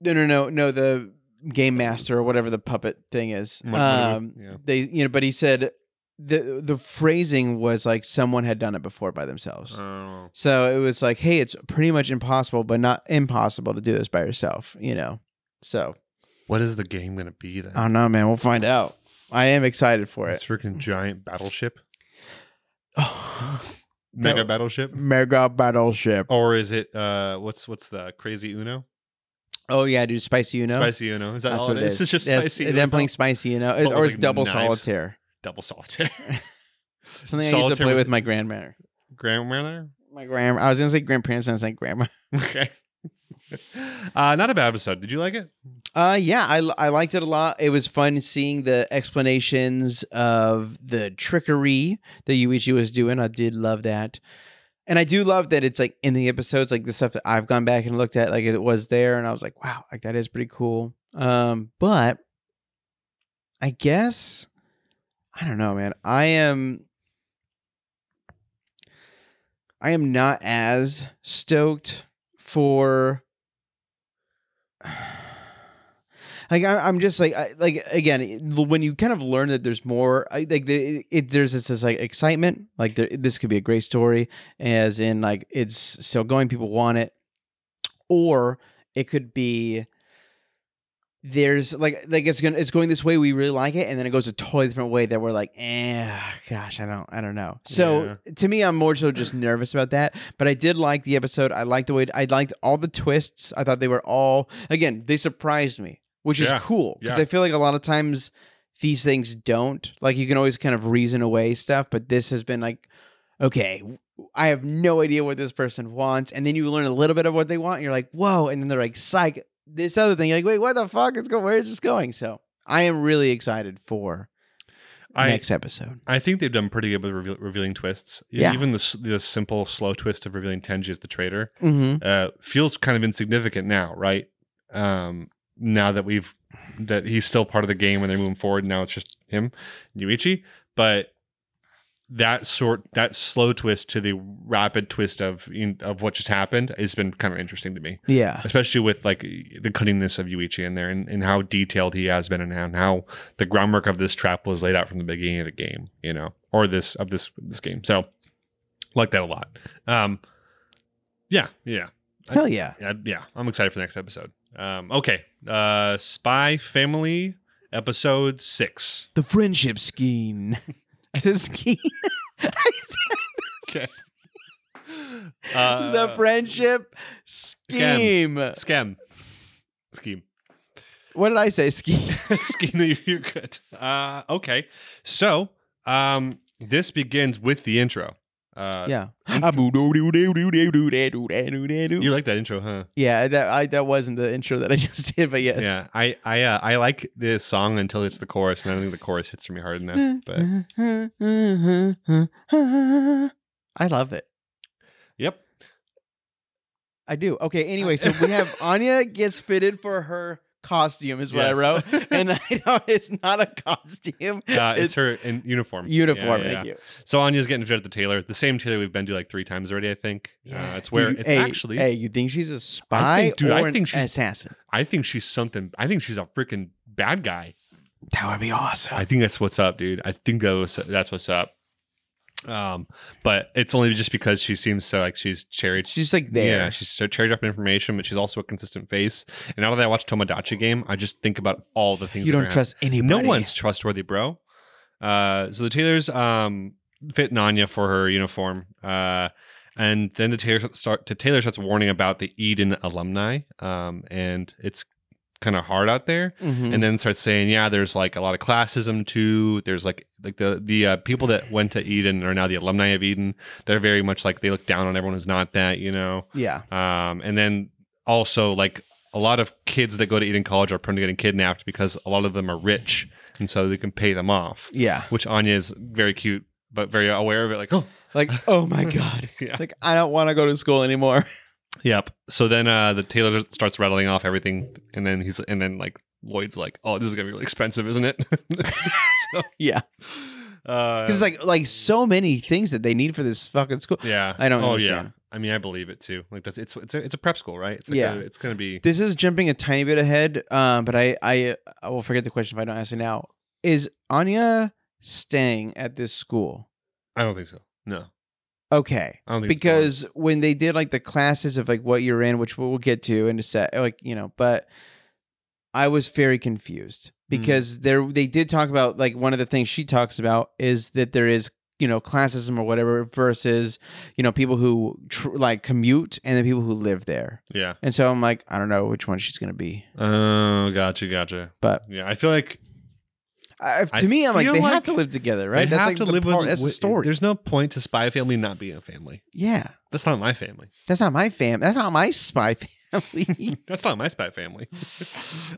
[SPEAKER 2] no, no, no, no. The game master or whatever the puppet thing is.
[SPEAKER 1] Mon- Mononoke,
[SPEAKER 2] Um,
[SPEAKER 1] yeah.
[SPEAKER 2] they you know, but he said the the phrasing was like someone had done it before by themselves.
[SPEAKER 1] Oh.
[SPEAKER 2] So it was like, hey, it's pretty much impossible, but not impossible to do this by yourself. You know, so.
[SPEAKER 1] What is the game going to be then?
[SPEAKER 2] I don't know, man. We'll find out. I am excited for
[SPEAKER 1] It's
[SPEAKER 2] it.
[SPEAKER 1] freaking giant battleship, mega
[SPEAKER 2] That-
[SPEAKER 1] battleship,
[SPEAKER 2] Mega battleship.
[SPEAKER 1] or is it uh what's what's the crazy Uno?
[SPEAKER 2] Oh yeah, dude, spicy Uno.
[SPEAKER 1] Spicy Uno. Is that
[SPEAKER 2] That's
[SPEAKER 1] all
[SPEAKER 2] what it is.
[SPEAKER 1] It's just
[SPEAKER 2] Yes,
[SPEAKER 1] spicy.
[SPEAKER 2] and
[SPEAKER 1] Uno,
[SPEAKER 2] Then playing spicy Uno, It-
[SPEAKER 1] but
[SPEAKER 2] or
[SPEAKER 1] with,
[SPEAKER 2] it's
[SPEAKER 1] like,
[SPEAKER 2] double
[SPEAKER 1] knives.
[SPEAKER 2] solitaire.
[SPEAKER 1] double solitaire.
[SPEAKER 2] Something I used to
[SPEAKER 1] Solitaire
[SPEAKER 2] play
[SPEAKER 1] with-
[SPEAKER 2] with my grandmother.
[SPEAKER 1] Grandmother.
[SPEAKER 2] My grand. I was gonna say grandparents, and I was like grandma.
[SPEAKER 1] Okay. uh not a bad episode. Did you like it?
[SPEAKER 2] Uh, yeah, I, I liked it a lot. It was fun seeing the explanations of the trickery that Yuichi was doing. I did love that. And I do love that it's like in the episodes, like the stuff that I've gone back and looked at, like it was there, and I was like, wow, like that is pretty cool. Um, but I guess I don't know, man. I am I am not as stoked for like I, I'm just like I, like again it- when you kind of learn that there's more I, like the, it there's this, this like excitement like there, this could be a great story as in like it's still going people want it or it could be there's like like it's gonna it's going this way we really like it and then it goes a totally different way that we're like eh gosh I don't I don't know so to me I'm more so just nervous about that but I did like the episode I liked the way I liked all the twists I thought they were all again they surprised me which
[SPEAKER 1] Yeah.
[SPEAKER 2] is cool because
[SPEAKER 1] Yeah.
[SPEAKER 2] I feel like a lot of times these things don't. Like you can always kind of reason away stuff, but this has been like, okay, w- I have no idea what this person wants, and then you learn a little bit of what they want, and you're like, whoa, and then they're like, psych. This other thing, you're like, wait, what the fuck is going? Where is this going? So I am really excited for
[SPEAKER 1] I
[SPEAKER 2] next episode.
[SPEAKER 1] I think they've done pretty good with reveal, revealing twists. E-
[SPEAKER 2] Yeah.
[SPEAKER 1] Even the s- the simple slow twist of revealing Tenji as the traitor
[SPEAKER 2] Mm-hmm.
[SPEAKER 1] uh, feels kind of insignificant now, right? Um, now that we've that he's still part of the game and they're moving forward. Now it's just him, Yuichi. But that sort that slow twist to the rapid twist of in, of what just happened has been kind of interesting to me,
[SPEAKER 2] Yeah.
[SPEAKER 1] especially with like the cunningness of Yuichi in there and, and how detailed he has been and how, and how the groundwork of this trap was laid out from the beginning of the game, you know, or this of this this game. So like that a lot. Um, yeah, yeah.
[SPEAKER 2] Hell yeah.
[SPEAKER 1] Yeah, yeah, I'm excited for the next episode. Um, okay, uh, Spy Family episode six.
[SPEAKER 2] The friendship scheme. I said scheme. I said
[SPEAKER 1] Okay.
[SPEAKER 2] It's the
[SPEAKER 1] Uh,
[SPEAKER 2] friendship scheme.
[SPEAKER 1] scam scheme
[SPEAKER 2] What did I say? Scheme.
[SPEAKER 1] scheme. you- You're good. Uh, okay, so um, this begins with the intro. Uh,
[SPEAKER 2] yeah. Um,
[SPEAKER 1] you like that intro, huh?
[SPEAKER 2] Yeah, that I that wasn't the intro that I just did, but yes.
[SPEAKER 1] Yeah, I I uh, I like this song until it's the chorus, and I don't think the chorus hits for me hard
[SPEAKER 2] Mm,
[SPEAKER 1] enough. But
[SPEAKER 2] I love it.
[SPEAKER 1] yep,
[SPEAKER 2] I do. Okay, anyway, so we have Anya gets fitted for her costume is what I
[SPEAKER 1] Yes.
[SPEAKER 2] wrote. And I know it's not a costume.
[SPEAKER 1] Uh, it's, her in uniform.
[SPEAKER 2] uniform.
[SPEAKER 1] Yeah, yeah, yeah.
[SPEAKER 2] Thank you.
[SPEAKER 1] So Anya's getting fitted at the tailor, the same tailor we've been to like three times already. I think. Uh, it's
[SPEAKER 2] Dude,
[SPEAKER 1] where
[SPEAKER 2] you-
[SPEAKER 1] it's
[SPEAKER 2] hey,
[SPEAKER 1] actually.
[SPEAKER 2] Hey, you think she's a spy
[SPEAKER 1] dude,
[SPEAKER 2] or
[SPEAKER 1] I
[SPEAKER 2] an
[SPEAKER 1] think she's-
[SPEAKER 2] assassin?
[SPEAKER 1] I think she's something. I think she's a freaking bad guy.
[SPEAKER 2] That would be awesome.
[SPEAKER 1] I think that's what's up, dude. I think that was, that's what's up. Um, but it's only just because she seems so like she's cherry.
[SPEAKER 2] she's like there.
[SPEAKER 1] Yeah, she's so cherry dropping information, but she's also a consistent face. And now that I watch Tomodachi game, I just think about all the things.
[SPEAKER 2] you
[SPEAKER 1] that are
[SPEAKER 2] don't
[SPEAKER 1] happening.
[SPEAKER 2] trust anybody.
[SPEAKER 1] No one's trustworthy, bro. Uh, so the tailors um, fit Nanya for her uniform, uh, and then the tailor start. The tailor starts warning about the Eden alumni, um, and it's kind of hard out there.
[SPEAKER 2] Mhm.
[SPEAKER 1] And then starts saying, yeah, there's like a lot of classism too. There's like like the the uh, people that went to Eden are now the alumni of Eden. They're very much like they look down on everyone who's not that, you know.
[SPEAKER 2] yeah.
[SPEAKER 1] Um, and then also like a lot of kids that go to Eden College are prone to getting kidnapped because a lot of them are rich, and so they can pay them off.
[SPEAKER 2] Yeah.
[SPEAKER 1] Which Anya is very cute, but very aware of it. Like, oh,
[SPEAKER 2] Like, oh my God.
[SPEAKER 1] yeah,
[SPEAKER 2] Like, I don't want to go to school anymore.
[SPEAKER 1] yep. So then uh, the tailor starts rattling off everything, and then he's and then like Lloyd's like, oh, this is gonna be really expensive, isn't it? so,
[SPEAKER 2] Yeah.
[SPEAKER 1] uh,
[SPEAKER 2] Because like like so many things that they need for this fucking school.
[SPEAKER 1] yeah,
[SPEAKER 2] I don't
[SPEAKER 1] Oh yeah.
[SPEAKER 2] understand.
[SPEAKER 1] I mean, I believe it too. Like that's it's it's a, it's a prep school, right? It's like
[SPEAKER 2] Yeah.
[SPEAKER 1] a- it's gonna be.
[SPEAKER 2] This is jumping a tiny bit ahead, um, but I, I I will forget the question if I don't ask it now. Is Anya staying at this school?
[SPEAKER 1] I don't think so. No,
[SPEAKER 2] Okay.
[SPEAKER 1] I don't think it's going.
[SPEAKER 2] because when they did like the classes of like what you're in, which we'll get to in a set, like you know, but I was very confused
[SPEAKER 1] Mm.
[SPEAKER 2] because there they did talk about like one of the things she talks about is that there is you know classism or whatever versus you know people who tr- like commute and the people who live there,
[SPEAKER 1] yeah.
[SPEAKER 2] and so I'm like I don't know which one she's gonna be,
[SPEAKER 1] Oh, gotcha, gotcha.
[SPEAKER 2] but
[SPEAKER 1] Yeah, I feel like
[SPEAKER 2] I,
[SPEAKER 1] I
[SPEAKER 2] to me I'm like
[SPEAKER 1] feel
[SPEAKER 2] they
[SPEAKER 1] like
[SPEAKER 2] have to live together,
[SPEAKER 1] right.
[SPEAKER 2] right?
[SPEAKER 1] They have
[SPEAKER 2] like
[SPEAKER 1] to
[SPEAKER 2] the
[SPEAKER 1] live
[SPEAKER 2] part-
[SPEAKER 1] with.
[SPEAKER 2] that's the
[SPEAKER 1] with-
[SPEAKER 2] story.
[SPEAKER 1] There's no point to spy family not being a family.
[SPEAKER 2] Yeah,
[SPEAKER 1] That's not my family.
[SPEAKER 2] that's not my fam. That's not my spy family.
[SPEAKER 1] That's not my spy family.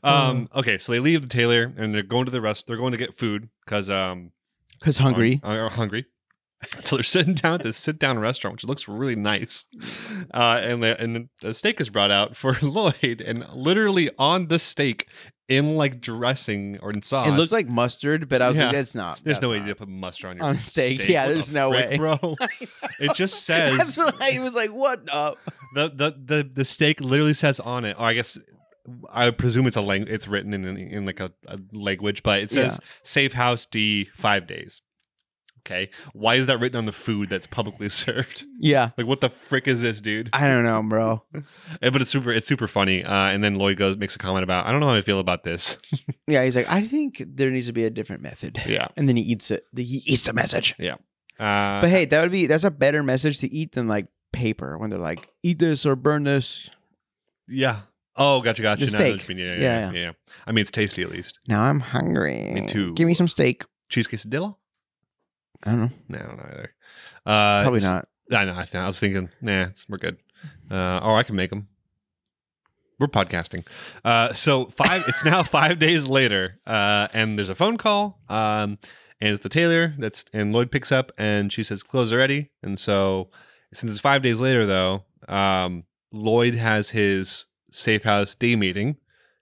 [SPEAKER 1] um. Okay, so they leave the tailor and they're going to the rest. They're going to get food because um
[SPEAKER 2] Cause hungry.
[SPEAKER 1] are, are hungry. So they're sitting down at this sit down restaurant, which looks really nice. Uh, and the, and the steak is brought out for Lloyd, and literally on the steak, in like dressing or in sauce.
[SPEAKER 2] It looked like mustard, but I was
[SPEAKER 1] Yeah.
[SPEAKER 2] like, that's not.
[SPEAKER 1] There's
[SPEAKER 2] that's
[SPEAKER 1] no way
[SPEAKER 2] not.
[SPEAKER 1] you put mustard on your
[SPEAKER 2] On a steak. Yeah,
[SPEAKER 1] What
[SPEAKER 2] there's
[SPEAKER 1] the
[SPEAKER 2] no
[SPEAKER 1] frick,
[SPEAKER 2] way.
[SPEAKER 1] bro. It just says
[SPEAKER 2] That's
[SPEAKER 1] the,
[SPEAKER 2] what I was like, what up?
[SPEAKER 1] the the the steak literally says on it. Or I guess I presume it's a lang- it's written in in, in like a, a language, but it says safe house D five days. Okay, why is that written on the food that's publicly served?
[SPEAKER 2] Yeah.
[SPEAKER 1] Like, what the frick is this, dude?
[SPEAKER 2] I don't know, bro.
[SPEAKER 1] Eh, But it's super it's super funny. Uh, and then Lloyd goes makes a comment about I don't know how I feel about this.
[SPEAKER 2] Yeah, he's like, I think there needs to be a different method.
[SPEAKER 1] yeah,
[SPEAKER 2] And then he eats it. The- He eats the message.
[SPEAKER 1] uh,
[SPEAKER 2] But hey, that would be that's a better message to eat than like paper when they're like, eat this or burn this.
[SPEAKER 1] yeah. Oh, gotcha, gotcha.
[SPEAKER 2] The
[SPEAKER 1] Now I know what
[SPEAKER 2] steak.
[SPEAKER 1] you mean. Yeah, yeah,
[SPEAKER 2] Yeah,
[SPEAKER 1] yeah, yeah, yeah. I mean, it's tasty at least.
[SPEAKER 2] Now I'm hungry.
[SPEAKER 1] Me too.
[SPEAKER 2] Give me some steak.
[SPEAKER 1] Cheese quesadilla?
[SPEAKER 2] I don't know.
[SPEAKER 1] No, not either. Uh,
[SPEAKER 2] Probably not.
[SPEAKER 1] I know. I, th- I was thinking, nah, it's, we're good. Uh, or I can make them. We're podcasting. Uh, so five. it's now five days later, uh, and there's a phone call. Um, and it's the tailor that's and Lloyd picks up and she says clothes are ready. And so since it's five days later, though, um, Lloyd has his safe house day meeting,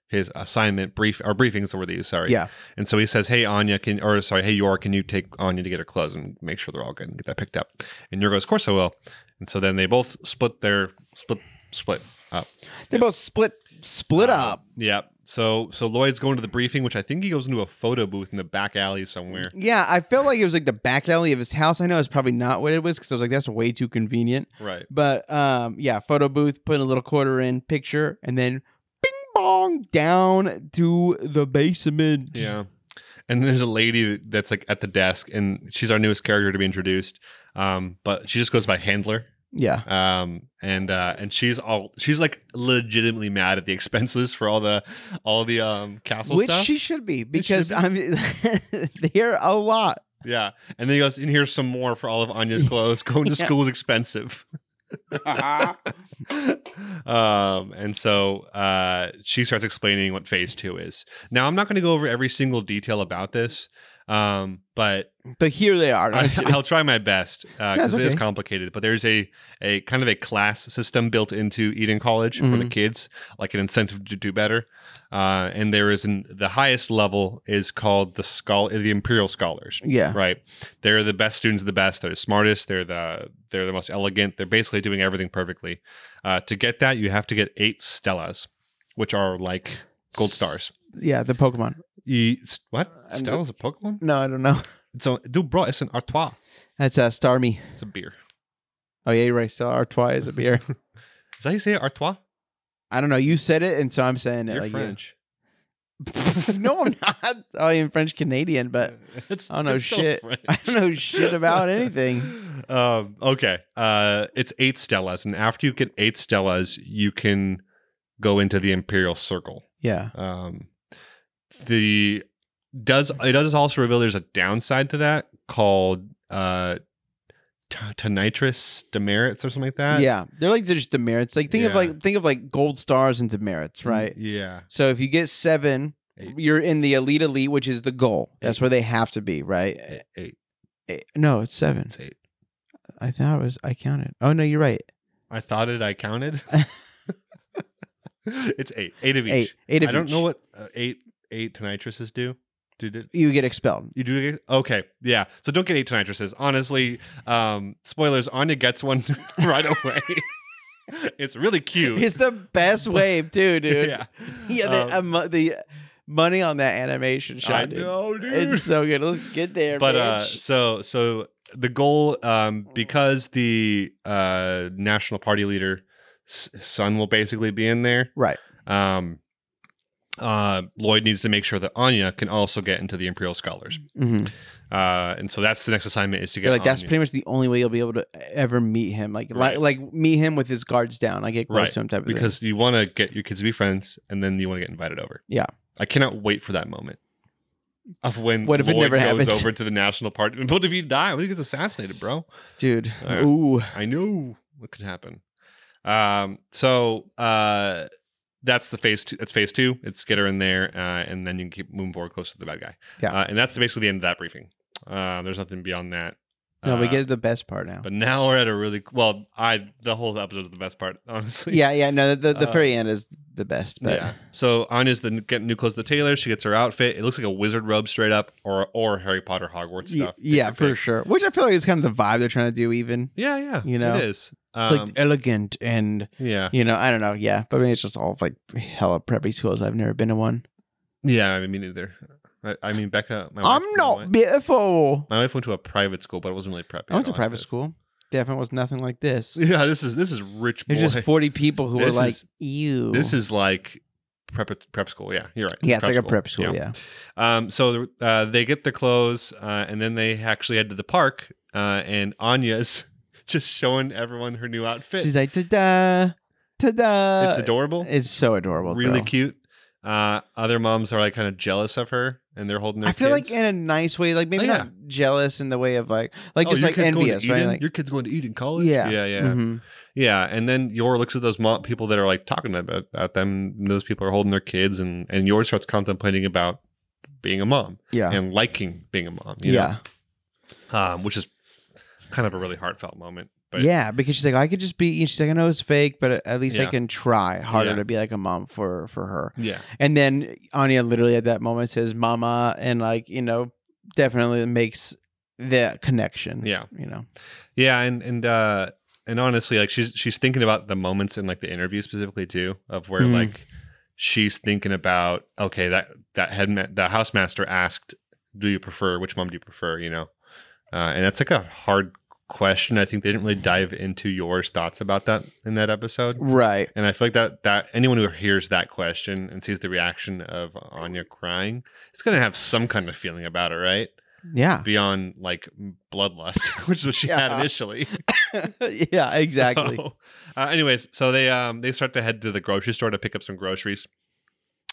[SPEAKER 1] his assignment brief or briefings the word they use. Sorry.
[SPEAKER 2] Yeah.
[SPEAKER 1] And so he says, "Hey Anya, can or sorry, hey Yor, can you take Anya to get her clothes and make sure they're all good and get that picked up?" And Yor goes, "Of course I will." And so then they both split their split split up.
[SPEAKER 2] They both split split
[SPEAKER 1] Uh,
[SPEAKER 2] up.
[SPEAKER 1] Yeah. So so Lloyd's going to the briefing, which I think he goes into a photo booth in the back alley somewhere.
[SPEAKER 2] Yeah, I felt like it was like the back alley of his house. I know it's probably not what it was because I was like, that's way too convenient.
[SPEAKER 1] Right.
[SPEAKER 2] But um, yeah, photo booth, putting a little quarter in, picture, and then bing bong down to the basement.
[SPEAKER 1] Yeah. And there's a lady that's like at the desk, and she's our newest character to be introduced. Um, but she just goes by Handler.
[SPEAKER 2] Yeah.
[SPEAKER 1] um and uh and she's all she's like legitimately mad at the expenses for all the all the um castle
[SPEAKER 2] Which
[SPEAKER 1] stuff
[SPEAKER 2] she should be
[SPEAKER 1] It should
[SPEAKER 2] because I'm there a lot.
[SPEAKER 1] yeah and then he goes and here's some more for all of anya's clothes going to
[SPEAKER 2] Yeah.
[SPEAKER 1] school is expensive um and so uh she starts explaining what phase two is now i'm not going to go over every single detail about this um but
[SPEAKER 2] But here they are.
[SPEAKER 1] I, I'll try my best
[SPEAKER 2] No,
[SPEAKER 1] because
[SPEAKER 2] it's
[SPEAKER 1] it is
[SPEAKER 2] okay.
[SPEAKER 1] complicated. But there's a a kind of a class system built into Eden College for
[SPEAKER 2] Mm-hmm.
[SPEAKER 1] the kids, like an incentive to do better. Uh, and there is an, the highest level is called the scholar, the Imperial Scholars.
[SPEAKER 2] yeah.
[SPEAKER 1] Right, they're the best students, of the best. They're the smartest. They're the they're the most elegant. They're basically doing everything perfectly. Uh, to get that, you have to get eight Stellas, which are like gold stars.
[SPEAKER 2] Yeah, the Pokemon.
[SPEAKER 1] E- s- what
[SPEAKER 2] I'm-
[SPEAKER 1] Stella's a Pokemon?
[SPEAKER 2] No, I don't know.
[SPEAKER 1] It's a dude, bro. It's an Artois.
[SPEAKER 2] That's uh, Starmie.
[SPEAKER 1] It's a beer.
[SPEAKER 2] Oh, yeah, you're right. Stella Artois is a beer.
[SPEAKER 1] Is that how you say it? Artois?
[SPEAKER 2] I don't know. You said it, and so I'm saying it.
[SPEAKER 1] You're
[SPEAKER 2] like you.
[SPEAKER 1] French.
[SPEAKER 2] no, I'm not. I am French Canadian, but
[SPEAKER 1] It's-
[SPEAKER 2] I don't know
[SPEAKER 1] it's still
[SPEAKER 2] shit.
[SPEAKER 1] French.
[SPEAKER 2] I don't know shit about anything.
[SPEAKER 1] Um, okay. Uh, it's eight Stellas. And after you get eight Stellas, you can go into the Imperial Circle.
[SPEAKER 2] Yeah.
[SPEAKER 1] Um, the does it does also reveal there's a downside to that called uh t- tinnitus demerits or something like that.
[SPEAKER 2] yeah. They're like they're just demerits. Like think of
[SPEAKER 1] Yeah.
[SPEAKER 2] like think of like gold stars and demerits, right?
[SPEAKER 1] Yeah.
[SPEAKER 2] So if you get seven,
[SPEAKER 1] Eight.
[SPEAKER 2] you're in the elite elite, which is the goal. That's
[SPEAKER 1] Eight.
[SPEAKER 2] where they have to be, right?
[SPEAKER 1] E, Eight.
[SPEAKER 2] Eh, No, it's seven.
[SPEAKER 1] It's eight.
[SPEAKER 2] I thought it was I counted. Oh no, you're right.
[SPEAKER 1] I thought it. I counted. it's eight. Eight of each.
[SPEAKER 2] Eight. Eight of
[SPEAKER 1] I don't
[SPEAKER 2] each.
[SPEAKER 1] know what uh, eight eight tinnitrices do. Did it?
[SPEAKER 2] you get expelled.
[SPEAKER 1] You do get- okay, yeah. So don't get eight tinnitrices. Honestly, um, spoilers. Anya gets one right away. it's really cute.
[SPEAKER 2] It's the best wave too, dude.
[SPEAKER 1] Yeah,
[SPEAKER 2] Yeah, the,
[SPEAKER 1] Um,
[SPEAKER 2] um, the money on that animation shot.
[SPEAKER 1] I
[SPEAKER 2] dude.
[SPEAKER 1] know, dude.
[SPEAKER 2] It's so good. Let's get there,
[SPEAKER 1] but uh,
[SPEAKER 2] bitch. Mm.
[SPEAKER 1] so so the goal, um, because the uh national party leader s- son will basically be in there.
[SPEAKER 2] right.
[SPEAKER 1] Um, uh, Lloyd needs to make sure that Anya can also get into the Imperial Scholars.
[SPEAKER 2] Mm-hmm.
[SPEAKER 1] Uh, and so that's the next assignment is to get
[SPEAKER 2] They're like that's
[SPEAKER 1] Anya.
[SPEAKER 2] pretty much the only way you'll be able to ever meet him. Like
[SPEAKER 1] Right.
[SPEAKER 2] like like meet him with his guards down. I get close
[SPEAKER 1] Right,
[SPEAKER 2] to him type of
[SPEAKER 1] because you want to get your kids to be friends and then you want to get invited over.
[SPEAKER 2] Yeah.
[SPEAKER 1] I cannot wait for that moment of when
[SPEAKER 2] What if it
[SPEAKER 1] Lloyd
[SPEAKER 2] never
[SPEAKER 1] goes
[SPEAKER 2] happens?
[SPEAKER 1] over to the national party. What if you die? What if he gets assassinated, bro?
[SPEAKER 2] thing. dude.
[SPEAKER 1] Alright.
[SPEAKER 2] Ooh,
[SPEAKER 1] I know what could happen. Um, so uh, that's the phase two. That's phase two. It's get her in there, uh, and then you can keep moving forward close to the bad guy.
[SPEAKER 2] Yeah.
[SPEAKER 1] Uh, and that's basically the end of that briefing. Uh, there's nothing beyond that.
[SPEAKER 2] no, we
[SPEAKER 1] Uh,
[SPEAKER 2] get the best part now.
[SPEAKER 1] But now we're at a really well. I the whole episode's the best part, honestly.
[SPEAKER 2] yeah, yeah. No, the, the
[SPEAKER 1] Uh,
[SPEAKER 2] very end is the best. But
[SPEAKER 1] Yeah. So Anya's the getting new clothes to the tailor. She gets her outfit. It looks like a wizard robe straight up, or or Harry Potter Hogwarts
[SPEAKER 2] Y-
[SPEAKER 1] stuff. Pick
[SPEAKER 2] yeah,
[SPEAKER 1] your
[SPEAKER 2] for
[SPEAKER 1] pick.
[SPEAKER 2] sure. Which I feel like is kind of the vibe they're trying to do. Even
[SPEAKER 1] Yeah, yeah.
[SPEAKER 2] You know?
[SPEAKER 1] it is.
[SPEAKER 2] it's
[SPEAKER 1] Um,
[SPEAKER 2] like elegant and
[SPEAKER 1] yeah,
[SPEAKER 2] you know I don't know. Yeah, but I mean it's just all like hella preppy schools. I've never been to one.
[SPEAKER 1] yeah. I mean, me neither. I, I mean, Becca. My wife,
[SPEAKER 2] I'm not
[SPEAKER 1] My wife,
[SPEAKER 2] beautiful.
[SPEAKER 1] my wife went to a private school, but it wasn't really preppy.
[SPEAKER 2] I went to
[SPEAKER 1] at all.
[SPEAKER 2] private school. Definitely was nothing like this.
[SPEAKER 1] Yeah, this is this is rich boy.
[SPEAKER 2] There's just 40 people who were
[SPEAKER 1] This
[SPEAKER 2] like,
[SPEAKER 1] is-
[SPEAKER 2] ew.
[SPEAKER 1] this is like prep prep school. Yeah, you're right.
[SPEAKER 2] yeah, it's like a prep school. Yeah.
[SPEAKER 1] Um, so uh, they get the clothes, uh, and then they actually head to the park, uh, and Anya's just showing everyone her new outfit.
[SPEAKER 2] She's like, da da. Ta-da!
[SPEAKER 1] it's adorable.
[SPEAKER 2] "Uh, It's so adorable.
[SPEAKER 1] really
[SPEAKER 2] though.
[SPEAKER 1] cute. Uh, other moms are like kind of jealous of her, and they're holding their.
[SPEAKER 2] I feel
[SPEAKER 1] kids.
[SPEAKER 2] like in a nice way, like maybe
[SPEAKER 1] Oh,
[SPEAKER 2] not jealous in the way of like, like
[SPEAKER 1] Oh,
[SPEAKER 2] just
[SPEAKER 1] your
[SPEAKER 2] like
[SPEAKER 1] kid's going to
[SPEAKER 2] envious, right?
[SPEAKER 1] Eden?
[SPEAKER 2] Like,
[SPEAKER 1] your kid's going to eat in college.
[SPEAKER 2] Yeah.
[SPEAKER 1] yeah, yeah,
[SPEAKER 2] mhm.
[SPEAKER 1] yeah. And then Yor looks at those mom- people that are like talking about, about them. and those people are holding their kids, and and Yor starts contemplating about being a mom
[SPEAKER 2] yeah,
[SPEAKER 1] and liking being a mom. you
[SPEAKER 2] yeah,
[SPEAKER 1] know? um, which is kind of a really heartfelt moment. But
[SPEAKER 2] yeah. Because she's like, I could just be. She's like, I know it's fake, but at least I
[SPEAKER 1] Yeah.
[SPEAKER 2] can try harder
[SPEAKER 1] Yeah.
[SPEAKER 2] to be like a mom for for her.
[SPEAKER 1] yeah,
[SPEAKER 2] And then Anya literally at that moment says, "Mama," and like you know, definitely makes that connection.
[SPEAKER 1] yeah.
[SPEAKER 2] you know,
[SPEAKER 1] Yeah, and and uh and honestly, like she's she's thinking about the moments in like the interview specifically too, of where
[SPEAKER 2] Mhm.
[SPEAKER 1] like she's thinking about okay that that head ma- the housemaster asked, do you prefer which mom do you prefer? You know, uh, and that's like a hard question. I think they didn't really dive into yours thoughts about that in that episode.
[SPEAKER 2] right?
[SPEAKER 1] And I feel like that that anyone who hears that question and sees the reaction of Anya crying, it's gonna have some kind of feeling about it, right?
[SPEAKER 2] Yeah,
[SPEAKER 1] Beyond like bloodlust, which is what she
[SPEAKER 2] Yeah.
[SPEAKER 1] had initially.
[SPEAKER 2] yeah, exactly.
[SPEAKER 1] So, uh, anyways, so they um they start to head to the grocery store to pick up some groceries,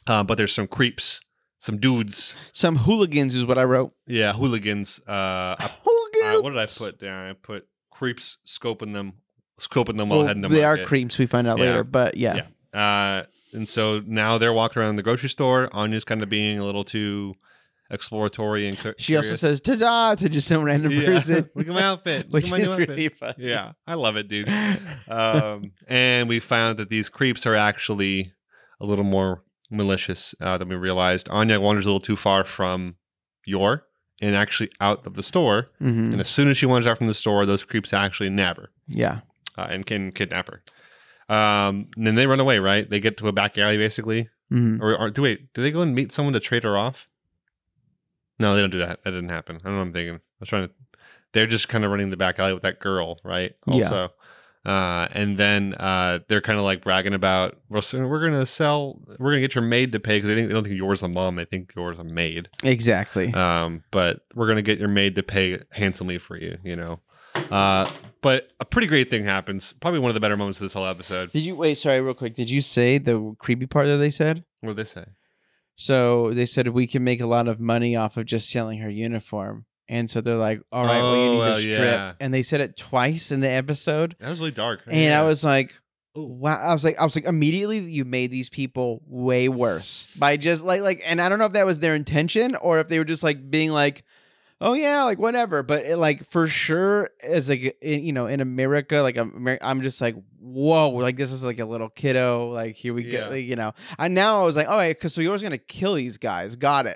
[SPEAKER 1] uh, but there's some creeps, some dudes,
[SPEAKER 2] Some hooligans is what I wrote.
[SPEAKER 1] yeah, hooligans. Uh, I-
[SPEAKER 2] Hooligans.
[SPEAKER 1] uh, what did I put down? I put creeps scoping them, scoping them while
[SPEAKER 2] Well,
[SPEAKER 1] heading them.
[SPEAKER 2] they
[SPEAKER 1] up.
[SPEAKER 2] are
[SPEAKER 1] Yeah.
[SPEAKER 2] creeps. We find out
[SPEAKER 1] Yeah.
[SPEAKER 2] later, but yeah.
[SPEAKER 1] Yeah. Uh, and so now they're walking around the grocery store. Anya's kind of being a little too exploratory and cur-
[SPEAKER 2] She also
[SPEAKER 1] curious.
[SPEAKER 2] says "ta-da" to just some random
[SPEAKER 1] Yeah.
[SPEAKER 2] person.
[SPEAKER 1] Look at my outfit. Look
[SPEAKER 2] which
[SPEAKER 1] at my new
[SPEAKER 2] is
[SPEAKER 1] outfit.
[SPEAKER 2] really funny.
[SPEAKER 1] Yeah, I love it, dude. um, and we found that these creeps are actually a little more malicious uh, than we realized. Anya wanders a little too far from Yor and actually out of the store.
[SPEAKER 2] Mhm.
[SPEAKER 1] And as soon as she wanders out from the store, those creeps actually nab her
[SPEAKER 2] Yeah,
[SPEAKER 1] uh, and can kidnap her. Um, and then they run away, right? They get to a back alley, basically.
[SPEAKER 2] Mhm.
[SPEAKER 1] Or, or do wait, do they go and meet someone to trade her off? No, they don't do that. That didn't happen. I don't know what I'm thinking. I was trying to they're just kind of running the back alley with that girl, right?
[SPEAKER 2] Yeah.
[SPEAKER 1] Also. Uh, and then uh, they're kind of like bragging about we're, so- we're gonna sell we're gonna get your maid to pay because they think they don't think yours a mom, they think yours a maid.
[SPEAKER 2] exactly.
[SPEAKER 1] Um, but we're gonna get your maid to pay handsomely for you, you know. Uh, but a pretty great thing happens. Probably one of the better moments of this whole episode.
[SPEAKER 2] Did you wait? Sorry, real quick. Did you say the creepy part that they said?
[SPEAKER 1] What did they say?
[SPEAKER 2] So they said we can make a lot of money off of just selling her uniform, and so they're like, "All right, well, you
[SPEAKER 1] Oh,
[SPEAKER 2] need
[SPEAKER 1] well,
[SPEAKER 2] to strip."
[SPEAKER 1] yeah.
[SPEAKER 2] And they said it twice in the episode,
[SPEAKER 1] That was really dark.
[SPEAKER 2] and
[SPEAKER 1] Yeah.
[SPEAKER 2] I was like,
[SPEAKER 1] Ooh.
[SPEAKER 2] "Wow!" I was like, "I was like, immediately you made these people way worse by just like like." And I don't know if that was their intention or if they were just like being like. Oh yeah, like whatever, but it, like for sure, as like in, you know, in America, like Amer- I'm just like, whoa, like this is like a little kiddo, like here we
[SPEAKER 1] Yeah.
[SPEAKER 2] go, like, you know. And now I was like, all right, because so yours gonna kill these guys, got it.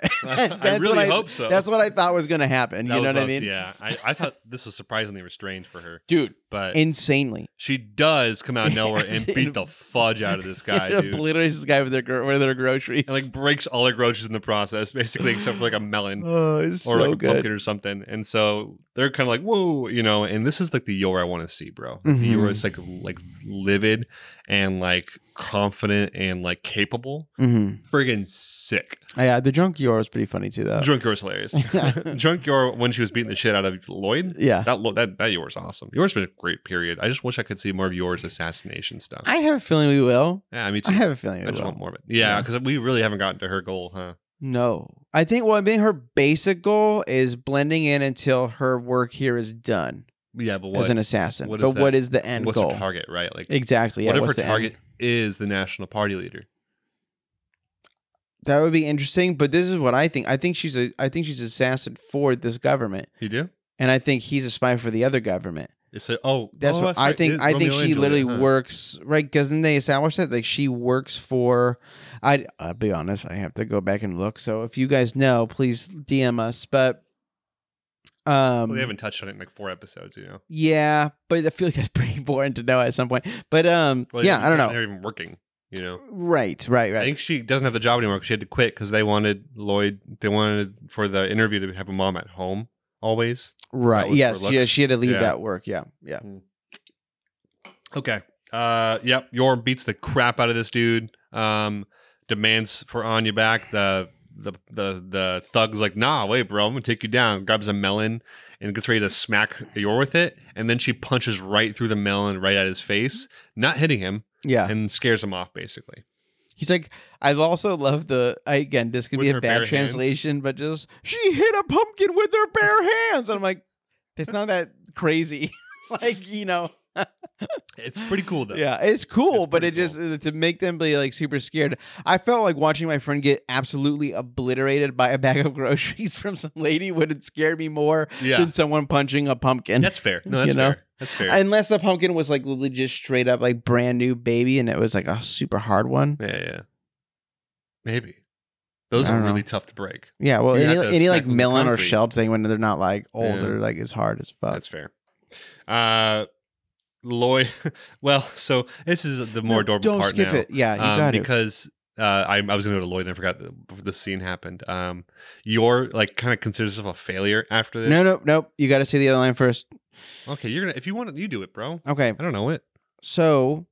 [SPEAKER 2] That's-
[SPEAKER 1] I
[SPEAKER 2] that's
[SPEAKER 1] really
[SPEAKER 2] what I-
[SPEAKER 1] hope so.
[SPEAKER 2] That's what I thought was gonna happen.
[SPEAKER 1] That
[SPEAKER 2] you
[SPEAKER 1] was
[SPEAKER 2] know what I
[SPEAKER 1] was-
[SPEAKER 2] mean,
[SPEAKER 1] Yeah, I, I thought this was surprisingly restrained for her,
[SPEAKER 2] dude?
[SPEAKER 1] but
[SPEAKER 2] Insanely.
[SPEAKER 1] she does come out of nowhere and beat the fudge out of this guy,
[SPEAKER 2] It
[SPEAKER 1] dude. And
[SPEAKER 2] obliterates this guy with their gro- with their groceries.
[SPEAKER 1] like breaks all her groceries in the process, basically, except for like a melon
[SPEAKER 2] oh, it's
[SPEAKER 1] or
[SPEAKER 2] so
[SPEAKER 1] like a
[SPEAKER 2] good.
[SPEAKER 1] pumpkin or something. And so they're kind of like, whoa, you know. And this is like the Yor I want to see, bro. The
[SPEAKER 2] Mhm.
[SPEAKER 1] Yor is like like livid and like confident and like capable.
[SPEAKER 2] Mhm.
[SPEAKER 1] Friggin' sick.
[SPEAKER 2] Oh, yeah, the drunk Yor was pretty funny too, though.
[SPEAKER 1] Drunk Yor's hilarious. Drunk Yor when she was beating the shit out of Lloyd.
[SPEAKER 2] yeah,
[SPEAKER 1] That lo- that that yours awesome. Yours been a great period. I just wish I could see more of yours assassination stuff.
[SPEAKER 2] I have a feeling we will.
[SPEAKER 1] yeah, me too.
[SPEAKER 2] I have a feeling
[SPEAKER 1] I
[SPEAKER 2] we
[SPEAKER 1] just
[SPEAKER 2] will.
[SPEAKER 1] want more of it. Yeah,
[SPEAKER 2] Yeah.
[SPEAKER 1] because we really haven't gotten to her goal, huh?
[SPEAKER 2] No, I think well, I mean, her basic goal is blending in until her work here is done
[SPEAKER 1] Yeah, but
[SPEAKER 2] as
[SPEAKER 1] what?
[SPEAKER 2] an assassin.
[SPEAKER 1] what
[SPEAKER 2] but
[SPEAKER 1] is that-
[SPEAKER 2] what is the end
[SPEAKER 1] what's
[SPEAKER 2] goal?
[SPEAKER 1] her target? Right? Like,
[SPEAKER 2] Exactly. Yeah,
[SPEAKER 1] what if her
[SPEAKER 2] what's the end?
[SPEAKER 1] target is the national party leader?
[SPEAKER 2] That would be interesting. But this is what I think. I think she's a. I think she's an assassin for this government,
[SPEAKER 1] You do?
[SPEAKER 2] and I think he's a spy for the other government.
[SPEAKER 1] It's a, oh,
[SPEAKER 2] That's
[SPEAKER 1] oh,
[SPEAKER 2] what I
[SPEAKER 1] right.
[SPEAKER 2] think.
[SPEAKER 1] It's
[SPEAKER 2] I think
[SPEAKER 1] Romeo and
[SPEAKER 2] she
[SPEAKER 1] Juliet,
[SPEAKER 2] literally
[SPEAKER 1] huh?
[SPEAKER 2] works right. Doesn't they establish that? Like she works for. I. I'll be honest. I have to go back and look. So if you guys know, please DM us. But. Um.
[SPEAKER 1] Well, they haven't touched on it in like four episodes, you know.
[SPEAKER 2] yeah, but I feel like that's pretty important to know at some point. But um.
[SPEAKER 1] Well,
[SPEAKER 2] yeah,
[SPEAKER 1] they-
[SPEAKER 2] I don't know.
[SPEAKER 1] They're even working, you know.
[SPEAKER 2] Right. Right.
[SPEAKER 1] I
[SPEAKER 2] Right.
[SPEAKER 1] think she doesn't have the job anymore because she had to quit because they wanted Lloyd. They wanted for the interview to have a mom at home always.
[SPEAKER 2] Right.
[SPEAKER 1] was for
[SPEAKER 2] Yes. Yeah.
[SPEAKER 1] looks.
[SPEAKER 2] She had to leave
[SPEAKER 1] Yeah.
[SPEAKER 2] that work. Yeah. Yeah.
[SPEAKER 1] Okay. Uh, yep. Yor beats the crap out of this dude. Um, demands for Anya back. The the the the thug's like, nah, wait, bro, I'm gonna take you down. Grabs a melon and gets ready to smack Yor with it, and then she punches right through the melon, right at his face, not hitting him.
[SPEAKER 2] Yeah.
[SPEAKER 1] and scares him off basically.
[SPEAKER 2] He's like, I've also loved the I, again. This could
[SPEAKER 1] With
[SPEAKER 2] be a
[SPEAKER 1] her
[SPEAKER 2] bad
[SPEAKER 1] bare hands.
[SPEAKER 2] translation, but just she hit a pumpkin with her bare hands, and I'm like, it's not that crazy. like you know,
[SPEAKER 1] It's pretty cool though.
[SPEAKER 2] yeah, it's cool,
[SPEAKER 1] It's
[SPEAKER 2] but it
[SPEAKER 1] pretty
[SPEAKER 2] just to make them be like super scared. I felt like watching my friend get absolutely obliterated by a bag of groceries from some lady would have scared me more
[SPEAKER 1] yeah,
[SPEAKER 2] than someone punching a pumpkin.
[SPEAKER 1] that's fair. No, that's
[SPEAKER 2] You know?
[SPEAKER 1] fair. That's fair.
[SPEAKER 2] Unless the pumpkin was like literally just straight up like brand new baby, and it was like a super hard one.
[SPEAKER 1] yeah, yeah. Maybe those
[SPEAKER 2] I
[SPEAKER 1] are
[SPEAKER 2] don't
[SPEAKER 1] really
[SPEAKER 2] know.
[SPEAKER 1] tough to break.
[SPEAKER 2] Yeah, well,
[SPEAKER 1] You
[SPEAKER 2] any,
[SPEAKER 1] have to
[SPEAKER 2] any
[SPEAKER 1] smack
[SPEAKER 2] like
[SPEAKER 1] them with
[SPEAKER 2] melon or
[SPEAKER 1] concrete.
[SPEAKER 2] shelled thing when they're not like old
[SPEAKER 1] Yeah.
[SPEAKER 2] or like is hard as fuck.
[SPEAKER 1] That's fair. Uh, Lloyd. Well, so this is the more
[SPEAKER 2] No,
[SPEAKER 1] adorable
[SPEAKER 2] Don't
[SPEAKER 1] part
[SPEAKER 2] skip
[SPEAKER 1] now.
[SPEAKER 2] it. Yeah, you
[SPEAKER 1] um,
[SPEAKER 2] got it.
[SPEAKER 1] because uh, I, I was going to go to Lloyd and I forgot that this scene happened. Um, you're like kind of considers yourself a failure after this.
[SPEAKER 2] No, no, nope. You got to see the other line first.
[SPEAKER 1] Okay, you're gonna if you want it, you do it, bro.
[SPEAKER 2] Okay,
[SPEAKER 1] I don't know it.
[SPEAKER 2] so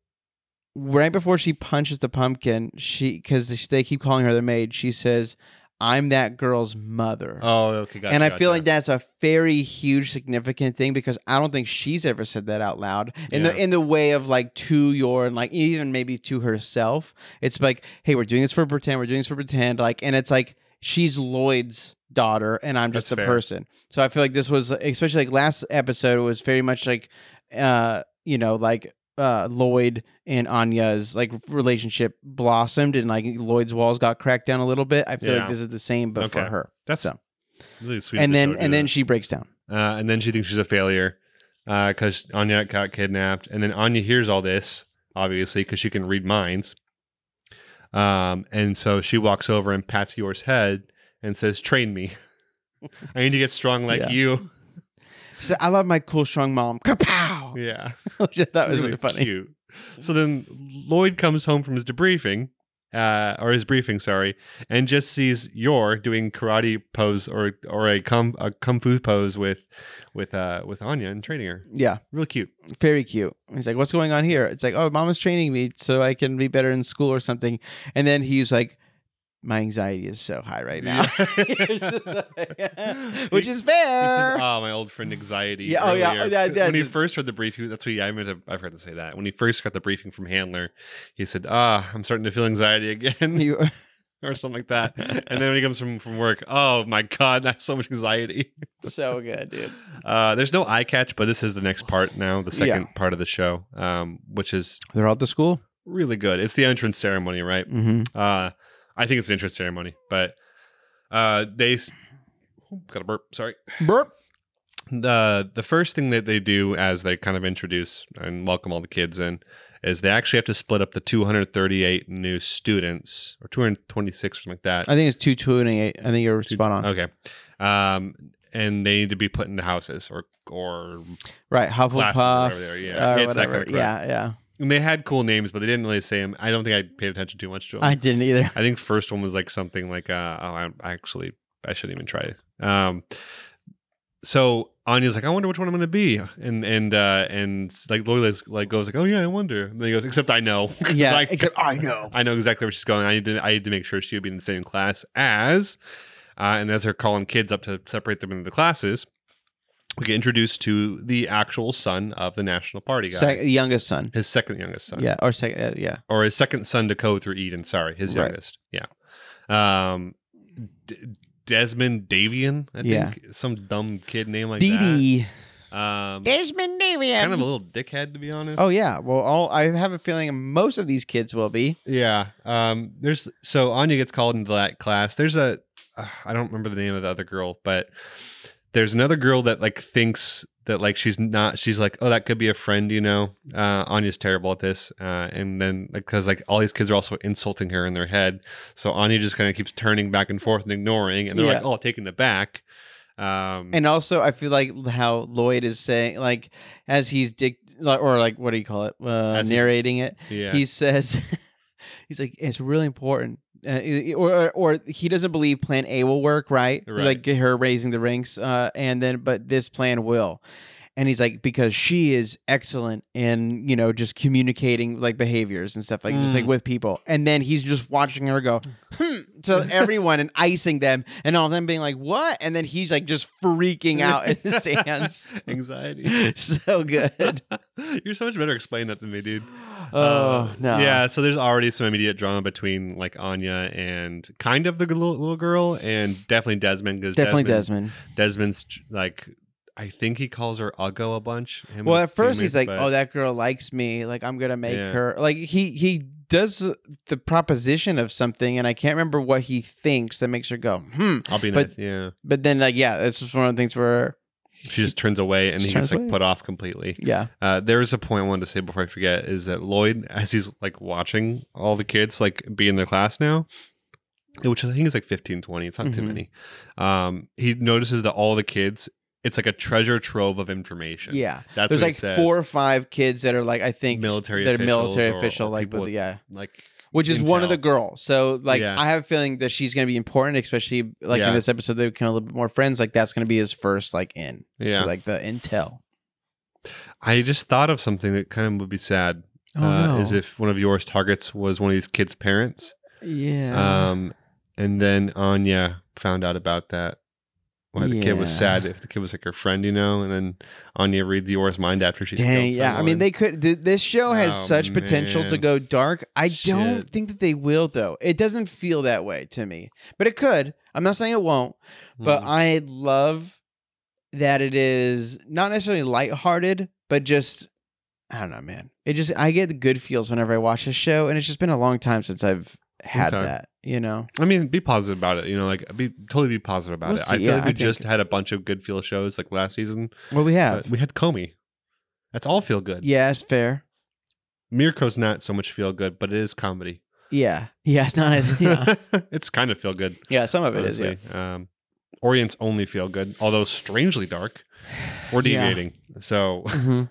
[SPEAKER 2] right before she punches the pumpkin, she because they keep calling her the maid. She says, "I'm that girl's mother."
[SPEAKER 1] Oh, okay, gotcha.
[SPEAKER 2] and I
[SPEAKER 1] gotcha.
[SPEAKER 2] feel like that's a very huge, significant thing because I don't think she's ever said that out loud in the
[SPEAKER 1] Yeah.
[SPEAKER 2] in the way of like to your and like even maybe to herself. It's like, hey, we're doing this for pretend, we're doing this for pretend, like, and it's like she's Lloyd's daughter, and I'm just
[SPEAKER 1] That's
[SPEAKER 2] the
[SPEAKER 1] fair.
[SPEAKER 2] person. So I feel like this was especially like last episode was very much like, uh, you know, like uh Lloyd and Anya's like relationship blossomed and like Lloyd's walls got cracked down a little bit. I feel
[SPEAKER 1] Yeah.
[SPEAKER 2] like this is the same but for
[SPEAKER 1] Okay.
[SPEAKER 2] her.
[SPEAKER 1] that's
[SPEAKER 2] so.
[SPEAKER 1] really sweet. of
[SPEAKER 2] and
[SPEAKER 1] the show
[SPEAKER 2] then
[SPEAKER 1] to do
[SPEAKER 2] and then
[SPEAKER 1] that.
[SPEAKER 2] she breaks down.
[SPEAKER 1] uh, and then she thinks she's a failure because Anya got kidnapped, and then Anya hears all this obviously because she can read minds. Um, and so she walks over and pats Yor's head and says, "Train me. I need to get strong like
[SPEAKER 2] Yeah.
[SPEAKER 1] you."
[SPEAKER 2] She said, I love my cool, strong mom. Kapow!
[SPEAKER 1] Yeah.
[SPEAKER 2] that
[SPEAKER 1] It's
[SPEAKER 2] was really funny.
[SPEAKER 1] Cute. So then Lloyd comes home from his debriefing, uh, or his briefing, sorry, and just sees Yor doing karate pose or or a kung, a kung fu pose with with uh, with Anya and training her.
[SPEAKER 2] Yeah,
[SPEAKER 1] Real cute.
[SPEAKER 2] very cute. He's like, What's going on here? It's like, Oh, mom is training me so I can be better in school or something. And then he's like, My anxiety is so high right now.
[SPEAKER 1] Yeah.
[SPEAKER 2] Which
[SPEAKER 1] He-
[SPEAKER 2] is
[SPEAKER 1] He says,
[SPEAKER 2] fair.
[SPEAKER 1] "Oh, my old friend anxiety."
[SPEAKER 2] Yeah, oh, yeah,
[SPEAKER 1] earlier."
[SPEAKER 2] oh, yeah, yeah.
[SPEAKER 1] When he first heard the brief, he, that's what he, I meant. To, I forgot to say that. When he first got the briefing from Handler, he said, "Ah, I'm starting to feel anxiety again."
[SPEAKER 2] You-
[SPEAKER 1] or something like that. And then when he comes from from work, oh my god, that's so much anxiety.
[SPEAKER 2] so good, dude.
[SPEAKER 1] Uh, there's no eye catch, but this is the next part now, the second part of the show, um, which is
[SPEAKER 2] They're all at the school.
[SPEAKER 1] really good. It's the entrance ceremony, right?
[SPEAKER 2] Mm-hmm.
[SPEAKER 1] Uh, I think it's the entrance ceremony, but uh, they s- oh, got a burp. Sorry.
[SPEAKER 2] Burp.
[SPEAKER 1] the The first thing that they do as they kind of introduce and welcome all the kids in is they actually have to split up the 238 new students or 226 or something like that.
[SPEAKER 2] I think it's 228. I think you're spot on.
[SPEAKER 1] Okay. Um, and they need to be put into houses or or
[SPEAKER 2] Right.
[SPEAKER 1] classes or whatever they
[SPEAKER 2] Hufflepuff.
[SPEAKER 1] are. Yeah,
[SPEAKER 2] uh,
[SPEAKER 1] it's that
[SPEAKER 2] whatever.
[SPEAKER 1] kind of crap.
[SPEAKER 2] yeah, yeah.
[SPEAKER 1] And they had cool names, but they didn't really say them. I don't think I paid attention too much to them.
[SPEAKER 2] I
[SPEAKER 1] I,
[SPEAKER 2] didn't either.
[SPEAKER 1] think first one was like something like, uh, oh, I I actually I shouldn't even try it. Um, so Anya's like, I wonder which one I'm gonna be, and and uh, and like Lola's like goes like, oh yeah, I wonder. And then he goes, except I know. 'Cause
[SPEAKER 2] Yeah,
[SPEAKER 1] I,
[SPEAKER 2] except I know.
[SPEAKER 1] I know exactly where she's going. I need to I need to make sure she would be in the same class as, uh, and as they're calling kids up to separate them into the classes. We get introduced to the actual son of the National Party guy,
[SPEAKER 2] Sec- youngest son.
[SPEAKER 1] his second youngest son
[SPEAKER 2] Yeah, or second. Uh, yeah.
[SPEAKER 1] or his second son to Code through Eden. Sorry, his
[SPEAKER 2] Right.
[SPEAKER 1] youngest. Yeah. Um, D- Desmond Davian, I
[SPEAKER 2] Yeah.
[SPEAKER 1] think some dumb kid name like
[SPEAKER 2] Dee Dee.
[SPEAKER 1] that. Um,
[SPEAKER 2] Desmond Davian.
[SPEAKER 1] kind of a little dickhead to be honest.
[SPEAKER 2] Oh yeah. Well, all I have a feeling most of these kids will be.
[SPEAKER 1] Yeah. Um, there's so Anya gets called into that class. There's a uh, I don't remember the name of the other girl, but there's another girl that like thinks that like she's not she's like oh that could be a friend you know uh anya's terrible at this uh and then because like all these kids are also insulting her in their head so anya just kind of keeps turning back and forth and ignoring and they're like
[SPEAKER 2] Yeah.
[SPEAKER 1] oh taking it back um
[SPEAKER 2] And also, I feel like how Lloyd is saying, like, as he's dic- like- or like, what do you call it? Uh,
[SPEAKER 1] As he's-
[SPEAKER 2] narrating it,
[SPEAKER 1] yeah
[SPEAKER 2] he says, he's like, it's really important. Uh, i- i- or or he doesn't believe plan A will work, right?
[SPEAKER 1] Right.
[SPEAKER 2] Like her raising the ranks, uh, and then but this plan will. And he's like, because she is excellent in, you know, just communicating like behaviors and stuff like just like
[SPEAKER 1] Mm.
[SPEAKER 2] with people. And then he's just watching her go hmm, to everyone and icing them and all them being like, what? And then he's like just freaking out in the stands.
[SPEAKER 1] anxiety
[SPEAKER 2] so good.
[SPEAKER 1] you're so much better explaining that than me dude
[SPEAKER 2] Oh, no.
[SPEAKER 1] Uh, Yeah, so there's already some immediate drama between like Anya and kind of the little, little girl, and definitely Desmond. 'cause
[SPEAKER 2] Definitely
[SPEAKER 1] Desmond,
[SPEAKER 2] Desmond.
[SPEAKER 1] Desmond's like, I think he calls her Uggo a bunch. him
[SPEAKER 2] Well,
[SPEAKER 1] and
[SPEAKER 2] at first
[SPEAKER 1] Damon,
[SPEAKER 2] he's like,
[SPEAKER 1] but-
[SPEAKER 2] "Oh, that girl likes me. Like I'm gonna make
[SPEAKER 1] Yeah.
[SPEAKER 2] her." Like he he does the proposition of something, and I can't remember what he thinks that makes her go hmm.
[SPEAKER 1] I'll be
[SPEAKER 2] but-
[SPEAKER 1] nice. Yeah,
[SPEAKER 2] But then like yeah, it's just one of the things where
[SPEAKER 1] she just turns away, and
[SPEAKER 2] She
[SPEAKER 1] he
[SPEAKER 2] turns
[SPEAKER 1] gets like
[SPEAKER 2] away.
[SPEAKER 1] put off completely.
[SPEAKER 2] yeah
[SPEAKER 1] Uh, there is a point I wanted to say before I forget is that Lloyd, as he's like watching all the kids like be in their class now, which I think is like 15, 20, it's not too
[SPEAKER 2] Mhm.
[SPEAKER 1] many, um, he notices that all the kids, it's like a treasure trove of information.
[SPEAKER 2] yeah.
[SPEAKER 1] That's
[SPEAKER 2] There's
[SPEAKER 1] what it
[SPEAKER 2] like
[SPEAKER 1] says.
[SPEAKER 2] four or five kids that are like I think
[SPEAKER 1] military
[SPEAKER 2] they're
[SPEAKER 1] officials
[SPEAKER 2] military
[SPEAKER 1] or- or
[SPEAKER 2] official like
[SPEAKER 1] people
[SPEAKER 2] with
[SPEAKER 1] with,
[SPEAKER 2] yeah,
[SPEAKER 1] like
[SPEAKER 2] which is one of
[SPEAKER 1] intel.
[SPEAKER 2] the girls. So like
[SPEAKER 1] Yeah.
[SPEAKER 2] I have a feeling that she's gonna be important, especially like
[SPEAKER 1] Yeah.
[SPEAKER 2] in this episode they become a little bit more friends. Like that's gonna be his first like in
[SPEAKER 1] yeah.
[SPEAKER 2] to like the intel.
[SPEAKER 1] I just thought of something that kind of would be sad.
[SPEAKER 2] Oh,
[SPEAKER 1] uh, Is if one of yours targets was one of these kids' parents,
[SPEAKER 2] yeah.
[SPEAKER 1] um, and then Anya found out about that. Why the kid was
[SPEAKER 2] Yeah.
[SPEAKER 1] sad. If the kid was like her friend, you know, and then Anya reads Yora's mind after she.
[SPEAKER 2] Dang,
[SPEAKER 1] killed
[SPEAKER 2] yeah. I
[SPEAKER 1] someone.
[SPEAKER 2] mean, they could. Th- this show has
[SPEAKER 1] Oh,
[SPEAKER 2] such potential to
[SPEAKER 1] man.
[SPEAKER 2] go dark. I don't
[SPEAKER 1] Shit.
[SPEAKER 2] think that they will, though. It doesn't feel that way to me, but it could. I'm not saying it won't, but
[SPEAKER 1] Mm.
[SPEAKER 2] I love that it is not necessarily lighthearted, but just I don't know, man. It just I get the good feels whenever I watch this show, and it's just been a long time since I've had
[SPEAKER 1] Okay.
[SPEAKER 2] that. You know,
[SPEAKER 1] I mean, be positive about it. You know, like be totally be positive about
[SPEAKER 2] We'll
[SPEAKER 1] it.
[SPEAKER 2] see,
[SPEAKER 1] I feel
[SPEAKER 2] yeah,
[SPEAKER 1] like
[SPEAKER 2] I
[SPEAKER 1] we
[SPEAKER 2] think-
[SPEAKER 1] just had a bunch of good feel shows like last season.
[SPEAKER 2] what we
[SPEAKER 1] Uh,
[SPEAKER 2] have.
[SPEAKER 1] we had Comey. That's all feel good.
[SPEAKER 2] yeah, it's fair.
[SPEAKER 1] Mirko's not so much feel good, but it is comedy.
[SPEAKER 2] Yeah, yeah. It's not as yeah.
[SPEAKER 1] it's kind of feel good.
[SPEAKER 2] yeah some of it is.
[SPEAKER 1] Honestly. Um, Orient's only feel good, although strangely dark. We're
[SPEAKER 2] Yeah.
[SPEAKER 1] deviating. So,
[SPEAKER 2] Yeah. Mhm.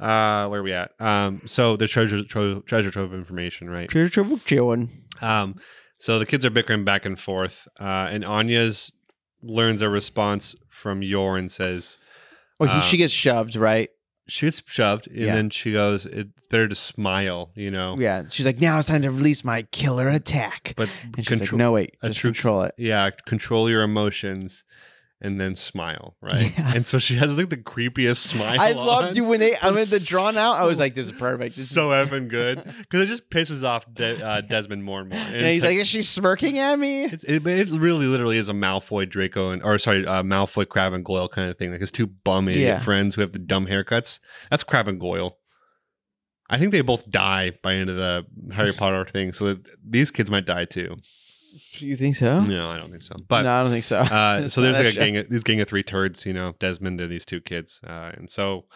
[SPEAKER 1] uh, where are we at? Um, so the treasure tro- treasure trove of information, right?
[SPEAKER 2] Pure trouble chillin'.
[SPEAKER 1] Um, so the kids are bickering back and forth, uh, and Anya's learns a response from Yor and says
[SPEAKER 2] Oh, he,
[SPEAKER 1] Uh,
[SPEAKER 2] she gets shoved, right?
[SPEAKER 1] she gets shoved, and
[SPEAKER 2] Yeah.
[SPEAKER 1] then she goes, "It's better to smile," you know.
[SPEAKER 2] Yeah, she's like, now it's time to release my killer attack.
[SPEAKER 1] But
[SPEAKER 2] And she's
[SPEAKER 1] control,
[SPEAKER 2] like, no, wait,
[SPEAKER 1] a
[SPEAKER 2] just
[SPEAKER 1] true-
[SPEAKER 2] control it.
[SPEAKER 1] yeah, control your emotions and then smile, right?
[SPEAKER 2] Yeah.
[SPEAKER 1] And so she has like the creepiest smile.
[SPEAKER 2] I
[SPEAKER 1] on.
[SPEAKER 2] loved you when they. I mean, the
[SPEAKER 1] That's
[SPEAKER 2] drawn out. I was
[SPEAKER 1] so-
[SPEAKER 2] like, this is perfect. This
[SPEAKER 1] so
[SPEAKER 2] is,
[SPEAKER 1] effing good because it just pisses off De- uh, Desmond more and more. And
[SPEAKER 2] And
[SPEAKER 1] it's
[SPEAKER 2] he's like, is she smirking at me?
[SPEAKER 1] it's, it, it really literally is a Malfoy Draco and or sorry, uh, Malfoy Crab and Goyle kind of thing. Like his two bum idiot
[SPEAKER 2] Yeah.
[SPEAKER 1] friends who have the dumb haircuts. That's Crab and Goyle. I think they both die by the end of the Harry Potter thing, so that these kids might die too.
[SPEAKER 2] You think so?
[SPEAKER 1] No, I don't think so. But
[SPEAKER 2] no, I don't think so.
[SPEAKER 1] uh,
[SPEAKER 2] It's
[SPEAKER 1] so
[SPEAKER 2] not
[SPEAKER 1] there's
[SPEAKER 2] that
[SPEAKER 1] like a
[SPEAKER 2] show.
[SPEAKER 1] gang of these gang of three turds, you know, Desmond and these two kids. Uh, and so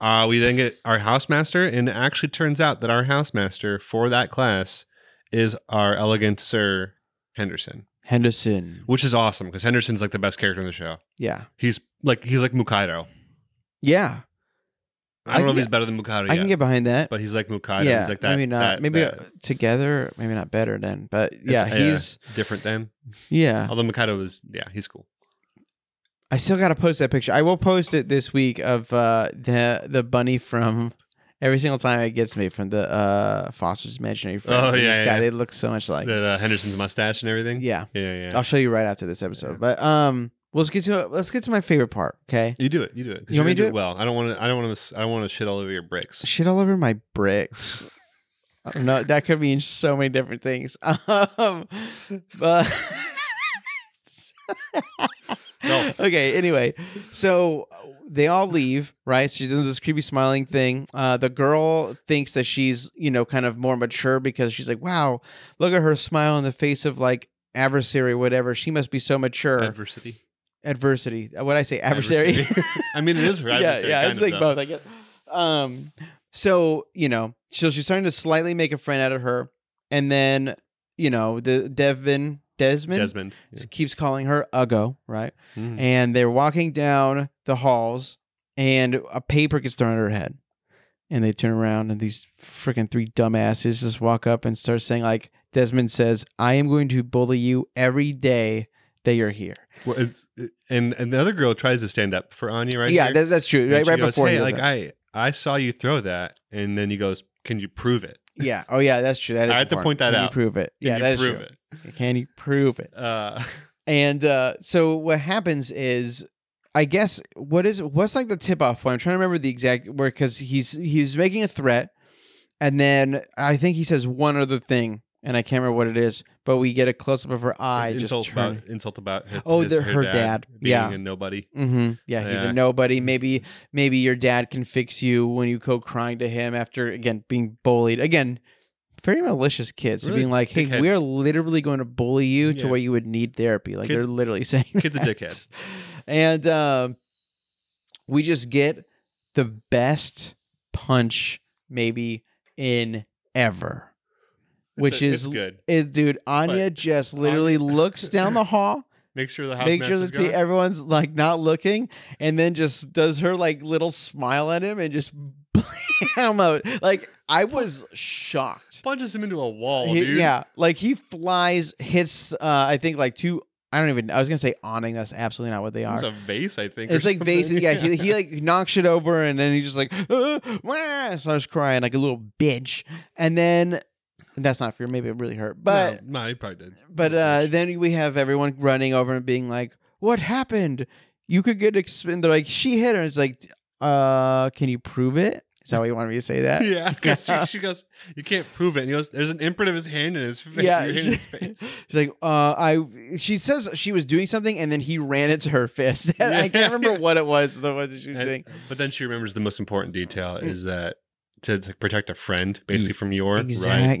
[SPEAKER 1] uh, we then get our housemaster, and it actually turns out that our housemaster for that class is our elegant Sir Henderson,
[SPEAKER 2] Henderson.
[SPEAKER 1] which is awesome because Henderson's like the best character in the show.
[SPEAKER 2] Yeah.
[SPEAKER 1] He's like he's like Mukaido.
[SPEAKER 2] Yeah.
[SPEAKER 1] I
[SPEAKER 2] I
[SPEAKER 1] don't
[SPEAKER 2] can
[SPEAKER 1] know if
[SPEAKER 2] get-
[SPEAKER 1] he's better than Mukaido
[SPEAKER 2] I
[SPEAKER 1] yet,
[SPEAKER 2] can get behind that.
[SPEAKER 1] but he's like Mukaido.
[SPEAKER 2] yeah.
[SPEAKER 1] he's like that.
[SPEAKER 2] maybe not.
[SPEAKER 1] that-
[SPEAKER 2] maybe
[SPEAKER 1] that-
[SPEAKER 2] uh, together. Maybe not better then. But yeah,
[SPEAKER 1] yeah.
[SPEAKER 2] he's.
[SPEAKER 1] different than.
[SPEAKER 2] Yeah.
[SPEAKER 1] Although Mukaido is yeah, he's cool.
[SPEAKER 2] I still gotta post that picture. I will post it this week of uh, the the bunny from. Every single time it gets me from the uh, Foster's imaginary friends.
[SPEAKER 1] Oh,
[SPEAKER 2] and
[SPEAKER 1] yeah,
[SPEAKER 2] this guy,
[SPEAKER 1] yeah.
[SPEAKER 2] they look so much like.
[SPEAKER 1] that uh, Henderson's mustache and everything.
[SPEAKER 2] Yeah, Oh,
[SPEAKER 1] yeah, yeah.
[SPEAKER 2] I'll show you right after this episode. But um, let's get to let's get to my favorite part. Okay,
[SPEAKER 1] You do it. You do it. 'cause
[SPEAKER 2] You want
[SPEAKER 1] you're
[SPEAKER 2] me to
[SPEAKER 1] gonna
[SPEAKER 2] do it?
[SPEAKER 1] well? I don't want to. I don't want to. I don't want to shit all over your bricks.
[SPEAKER 2] shit all over my bricks. I don't know. That could mean so many different things. Um, but
[SPEAKER 1] No.
[SPEAKER 2] okay. Anyway, so they all leave. Right? She does this creepy smiling thing. Uh, the girl thinks that she's you know kind of more mature because she's like, wow, look at her smile in the face of like adversary, whatever. She must be so mature.
[SPEAKER 1] Adversity.
[SPEAKER 2] adversity. What I say, adversary.
[SPEAKER 1] I mean, it is her
[SPEAKER 2] yeah,
[SPEAKER 1] adversary.
[SPEAKER 2] yeah.
[SPEAKER 1] kind
[SPEAKER 2] It's
[SPEAKER 1] of,
[SPEAKER 2] like
[SPEAKER 1] though.
[SPEAKER 2] both. I guess. Um. So you know, so she's starting to slightly make a friend out of her, and then you know the Devin Desmond,
[SPEAKER 1] Desmond. Yeah.
[SPEAKER 2] keeps calling her Ugo, right?
[SPEAKER 1] Mm.
[SPEAKER 2] And they're walking down the halls, and a paper gets thrown at her head. And they turn around, and these freaking three dumbasses just walk up and start saying, like, Desmond says, I am going to bully you every day that you're here.
[SPEAKER 1] Well, it's, and and the other girl tries to stand up for Anya right
[SPEAKER 2] yeah,
[SPEAKER 1] here,
[SPEAKER 2] that's, that's true.
[SPEAKER 1] and
[SPEAKER 2] Right,
[SPEAKER 1] she
[SPEAKER 2] right
[SPEAKER 1] goes,
[SPEAKER 2] before
[SPEAKER 1] Hey,
[SPEAKER 2] he does
[SPEAKER 1] like
[SPEAKER 2] that.
[SPEAKER 1] I I saw you throw that, and then he goes, "Can you prove it?"
[SPEAKER 2] Yeah. Oh, yeah. That's true. That is
[SPEAKER 1] I have to
[SPEAKER 2] important.
[SPEAKER 1] point that
[SPEAKER 2] Can
[SPEAKER 1] out.
[SPEAKER 2] You prove it.
[SPEAKER 1] Can
[SPEAKER 2] Yeah,
[SPEAKER 1] you
[SPEAKER 2] that is
[SPEAKER 1] prove
[SPEAKER 2] true.
[SPEAKER 1] it.
[SPEAKER 2] Can you prove it?
[SPEAKER 1] Uh,
[SPEAKER 2] And uh, so what happens is, I guess what is what's like the tip off point? I'm trying to remember the exact where because he's he's making a threat, And then I think he says one other thing, and I can't remember what it is, but we get a close up of her eye
[SPEAKER 1] insult
[SPEAKER 2] just turning.
[SPEAKER 1] about insult about her,
[SPEAKER 2] Oh,
[SPEAKER 1] his-
[SPEAKER 2] the- her dad.
[SPEAKER 1] being
[SPEAKER 2] Yeah.
[SPEAKER 1] a nobody.
[SPEAKER 2] Mm-hmm. Yeah, he's
[SPEAKER 1] Yeah.
[SPEAKER 2] a nobody. Maybe, maybe your dad can fix you when you go crying to him after again being bullied. Again, very malicious kids so
[SPEAKER 1] Really
[SPEAKER 2] being like, "Hey,
[SPEAKER 1] dickhead.
[SPEAKER 2] we're literally going to bully you to
[SPEAKER 1] Yeah.
[SPEAKER 2] where you would need therapy." Like
[SPEAKER 1] Kids-
[SPEAKER 2] they're literally saying,
[SPEAKER 1] kids are
[SPEAKER 2] that.
[SPEAKER 1] dickheads.
[SPEAKER 2] And um, we just get the best punch maybe in ever,
[SPEAKER 1] It's
[SPEAKER 2] which
[SPEAKER 1] a-
[SPEAKER 2] is
[SPEAKER 1] it's good.
[SPEAKER 2] it, dude. Anya just literally looks down the hall
[SPEAKER 1] Make sure the house
[SPEAKER 2] make sure
[SPEAKER 1] master's
[SPEAKER 2] that the,
[SPEAKER 1] gone.
[SPEAKER 2] everyone's like not looking and then just does her like little smile at him and just blam out like i was shocked
[SPEAKER 1] plunges him into a wall,
[SPEAKER 2] He-
[SPEAKER 1] dude.
[SPEAKER 2] yeah like he flies hits uh i think like two i don't even i was gonna say awning that's absolutely not what they
[SPEAKER 1] it's
[SPEAKER 2] are
[SPEAKER 1] a vase, I think. or
[SPEAKER 2] it's like
[SPEAKER 1] something.
[SPEAKER 2] basically yeah he, he like knocks it over and then he just like uh, wah, starts crying like a little bitch and then that's not fair maybe it really hurt but
[SPEAKER 1] no, no, he probably did.
[SPEAKER 2] but
[SPEAKER 1] Little
[SPEAKER 2] uh,
[SPEAKER 1] bitch.
[SPEAKER 2] then we have everyone running over and being like, "What happened? You could get expended." They're like, "She hit her." It's like, "Uh, can you prove it?" Is that what you wanted me to say? That
[SPEAKER 1] yeah, 'cause she, she goes, you can't prove it. And he goes, there's an imprint of his hand in his face.
[SPEAKER 2] Yeah,
[SPEAKER 1] your hand in his face.
[SPEAKER 2] she's like, "Uh, I." She says she was doing something, and then he ran into her fist. I
[SPEAKER 1] Yeah.
[SPEAKER 2] can't remember what it was. The one that she was doing. Mm.
[SPEAKER 1] And- but then she remembers the most important detail is that to, to protect a friend, basically from your right.
[SPEAKER 2] Exact-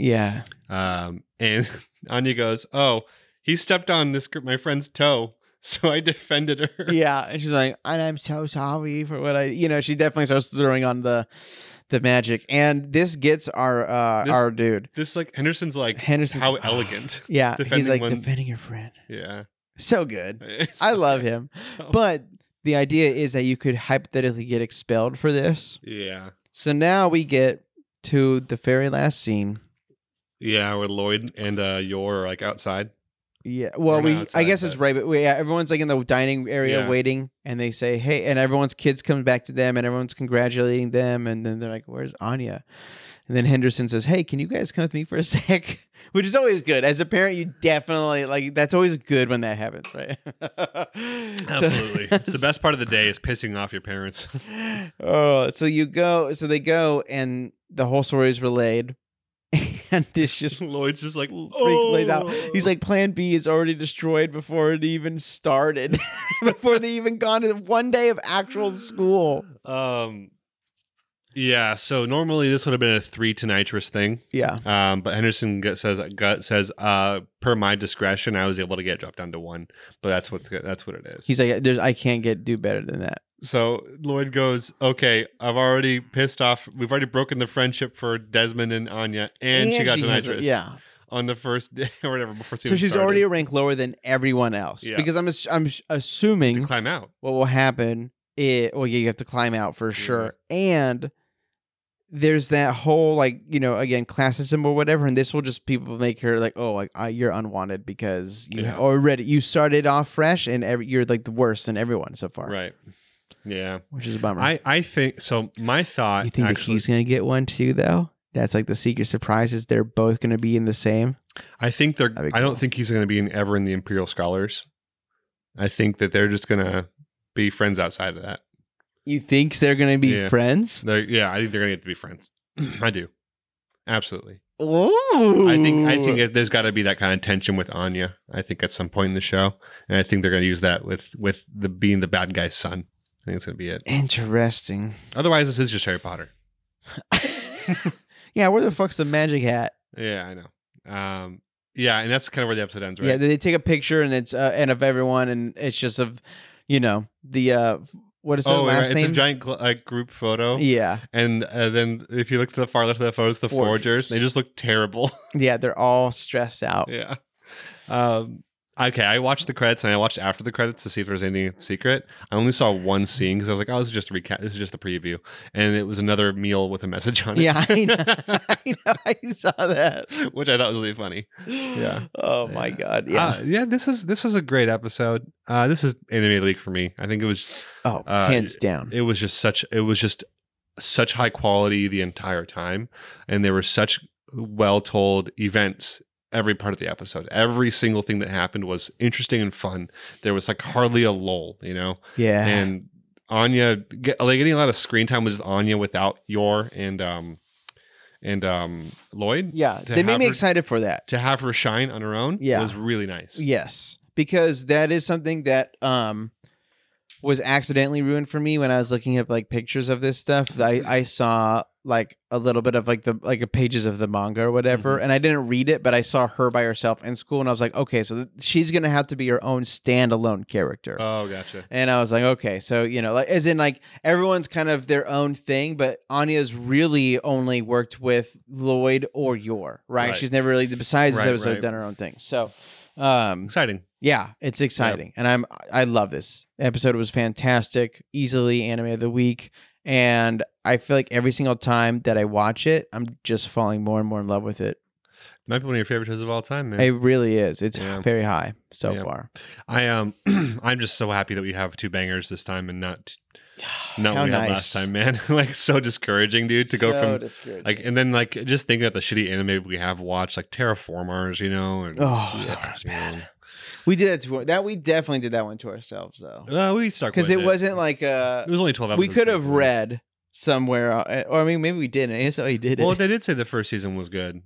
[SPEAKER 2] Yeah.
[SPEAKER 1] Um, and Anya goes, "Oh, he stepped on this gr- my friend's toe, so I defended her."
[SPEAKER 2] Yeah. And she's like, and I'm so sorry for what I, you know, she definitely starts throwing on the, the magic. And this gets our, uh,
[SPEAKER 1] This-
[SPEAKER 2] our dude,
[SPEAKER 1] This like Henderson's like
[SPEAKER 2] Henderson's
[SPEAKER 1] how elegant.
[SPEAKER 2] Yeah,
[SPEAKER 1] defending
[SPEAKER 2] he's like
[SPEAKER 1] one-
[SPEAKER 2] defending your friend.
[SPEAKER 1] Yeah,
[SPEAKER 2] So good. I love him.
[SPEAKER 1] Oh.
[SPEAKER 2] But the idea is that you could hypothetically get expelled for this.
[SPEAKER 1] yeah,
[SPEAKER 2] So now we get to the very last scene.
[SPEAKER 1] yeah, where Lloyd and uh, Yor are like outside.
[SPEAKER 2] Yeah. Well,
[SPEAKER 1] not
[SPEAKER 2] we I
[SPEAKER 1] outside,
[SPEAKER 2] guess it's
[SPEAKER 1] but-
[SPEAKER 2] right, but we, yeah, everyone's like in the dining area
[SPEAKER 1] Yeah.
[SPEAKER 2] waiting, and they say, "Hey," and everyone's kids come back to them, and everyone's congratulating them, and then they're like, "Where's Anya?" And then Henderson says, "Hey, can you guys come with me for a sec?" Which is always good. As a parent, you definitely like that's always good when that happens, right?
[SPEAKER 1] Absolutely,
[SPEAKER 2] So-
[SPEAKER 1] it's the best part of the day is pissing off your parents.
[SPEAKER 2] oh, so you go, so they go, and the whole story is relayed, and this just
[SPEAKER 1] Lloyd's just like
[SPEAKER 2] freaks laid out. He's
[SPEAKER 1] Oh.
[SPEAKER 2] like, Plan B is already destroyed before it even started, before they even gone to one day of actual school.
[SPEAKER 1] um, yeah. So normally this would have been a three to nitrous thing.
[SPEAKER 2] Yeah,
[SPEAKER 1] Um, but Henderson gut says gut says uh, per my discretion, I was able to get dropped down to one, but that's what's good. that's what it is.
[SPEAKER 2] he's like, There's, I can't get do better than that.
[SPEAKER 1] so Lloyd goes, okay, I've already pissed off. We've already broken the friendship for Desmond and Anya, and, she got the
[SPEAKER 2] has a-
[SPEAKER 1] nitrous.
[SPEAKER 2] Yeah,
[SPEAKER 1] on the first day or whatever before.
[SPEAKER 2] so she's already ranked lower than everyone else
[SPEAKER 1] Yeah.
[SPEAKER 2] because I'm ass- I'm s- assuming
[SPEAKER 1] to climb out.
[SPEAKER 2] what will happen is well yeah, you have to climb out for sure and there's that whole like you know again classism or whatever and this will just people make her like oh like I, you're unwanted because you
[SPEAKER 1] Yeah.
[SPEAKER 2] already you started off fresh and every, you're like the worst than everyone so far
[SPEAKER 1] Right. Yeah.
[SPEAKER 2] which is a bummer
[SPEAKER 1] I I think so. My thought.
[SPEAKER 2] you think
[SPEAKER 1] actually,
[SPEAKER 2] that he's gonna get one too though that's like the secret surprise is they're both gonna be in the same
[SPEAKER 1] I think they're.
[SPEAKER 2] That'd be
[SPEAKER 1] I don't
[SPEAKER 2] cool.
[SPEAKER 1] think he's going to be in, ever in the Imperial Scholars. I think that they're just going to be friends outside of that.
[SPEAKER 2] you think they're gonna be
[SPEAKER 1] Yeah.
[SPEAKER 2] friends
[SPEAKER 1] They're, yeah, I think they're going to get to be friends. I do. Absolutely.
[SPEAKER 2] Ooh.
[SPEAKER 1] I think I think it- there's got to be that kind of tension with Anya. I think at some point in the show, and I think they're going to use that with with the being the bad guy's son. I think it's going to be it.
[SPEAKER 2] Eh. interesting
[SPEAKER 1] Otherwise, this is just Harry Potter.
[SPEAKER 2] yeah where the fuck's the magic hat
[SPEAKER 1] Yeah, I know. Um, yeah, and that's kind of where the episode ends, right?
[SPEAKER 2] Yeah, they take a picture and it's uh, and of everyone and it's just of you know the uh what is the
[SPEAKER 1] oh, right,
[SPEAKER 2] last
[SPEAKER 1] it's
[SPEAKER 2] name?
[SPEAKER 1] a giant gl- uh, group photo,
[SPEAKER 2] yeah,
[SPEAKER 1] and uh, then if you look to the far left of that photo, it's the forgers.
[SPEAKER 2] Forgers.
[SPEAKER 1] They just look terrible.
[SPEAKER 2] yeah, they're all stressed out.
[SPEAKER 1] yeah. Um, okay, I watched the credits and I watched after the credits to see if there was anything secret. I only saw one scene because I was like, "Oh, this is just a recap. This is just the preview," and it was another meal with a message on it.
[SPEAKER 2] Yeah, I know. I know. I saw that.
[SPEAKER 1] which I thought was really funny. Yeah.
[SPEAKER 2] Oh my
[SPEAKER 1] Yeah.
[SPEAKER 2] god.
[SPEAKER 1] Yeah,
[SPEAKER 2] Yeah.
[SPEAKER 1] uh, yeah. This is this was a great episode. Uh, this is anime of the week for me. I think it was
[SPEAKER 2] oh,
[SPEAKER 1] uh,
[SPEAKER 2] hands down.
[SPEAKER 1] it was just such it was just such high quality the entire time and there were such well told events every part of the episode every single thing that happened was interesting and fun there was like hardly a lull you know
[SPEAKER 2] yeah.
[SPEAKER 1] and anya get, like getting a lot of screen time was anya without your and um and um, Lloyd
[SPEAKER 2] Yeah,
[SPEAKER 1] To
[SPEAKER 2] they made
[SPEAKER 1] have
[SPEAKER 2] me
[SPEAKER 1] her-
[SPEAKER 2] excited for that.
[SPEAKER 1] to have her shine on her own
[SPEAKER 2] Yeah.
[SPEAKER 1] was really nice.
[SPEAKER 2] Yes, because that is something that um was accidentally ruined for me when I was looking up like pictures of this stuff. I
[SPEAKER 1] Mm-hmm.
[SPEAKER 2] I saw like a little bit of like the like a pages of the manga or whatever,
[SPEAKER 1] Mm-hmm.
[SPEAKER 2] and I didn't read it, but I saw her by herself in school, and I was like, okay, so th- she's gonna have to be her own standalone character.
[SPEAKER 1] Oh, gotcha.
[SPEAKER 2] And I was like, okay, so you know, like as in like everyone's kind of their own thing, but Anya's really only worked with Lloyd or Yor, right?
[SPEAKER 1] Right.
[SPEAKER 2] She's never really besides this
[SPEAKER 1] Right,
[SPEAKER 2] episode
[SPEAKER 1] right.
[SPEAKER 2] done her own thing. So um
[SPEAKER 1] Exciting.
[SPEAKER 2] yeah, it's exciting. And I'm I love this. Episode was fantastic, easily anime of the week. And I feel like every single time that I watch it, I'm just falling more and more in love with it.
[SPEAKER 1] Might be one of your favorite shows of all time, man.
[SPEAKER 2] It really is. It's
[SPEAKER 1] Yeah.
[SPEAKER 2] very high so
[SPEAKER 1] Yeah.
[SPEAKER 2] far.
[SPEAKER 1] I um I'm just so happy that we have two bangers this time and not not
[SPEAKER 2] How
[SPEAKER 1] what we had
[SPEAKER 2] nice.
[SPEAKER 1] last time, man. like so discouraging, dude, to go
[SPEAKER 2] So
[SPEAKER 1] from
[SPEAKER 2] discouraging.
[SPEAKER 1] like and then like just thinking about the shitty anime we have watched, like Terraformers, you know, and
[SPEAKER 2] Oh, that was
[SPEAKER 1] man.
[SPEAKER 2] we did that to that we definitely did that one to ourselves though.
[SPEAKER 1] Uh, we stuck
[SPEAKER 2] Because
[SPEAKER 1] because
[SPEAKER 2] it wasn't like uh
[SPEAKER 1] it was only twelve.
[SPEAKER 2] we
[SPEAKER 1] episodes,
[SPEAKER 2] could have
[SPEAKER 1] thankfully.
[SPEAKER 2] read somewhere uh, or I mean maybe we didn't. It's how you did it.
[SPEAKER 1] Well, they did say the first season was good.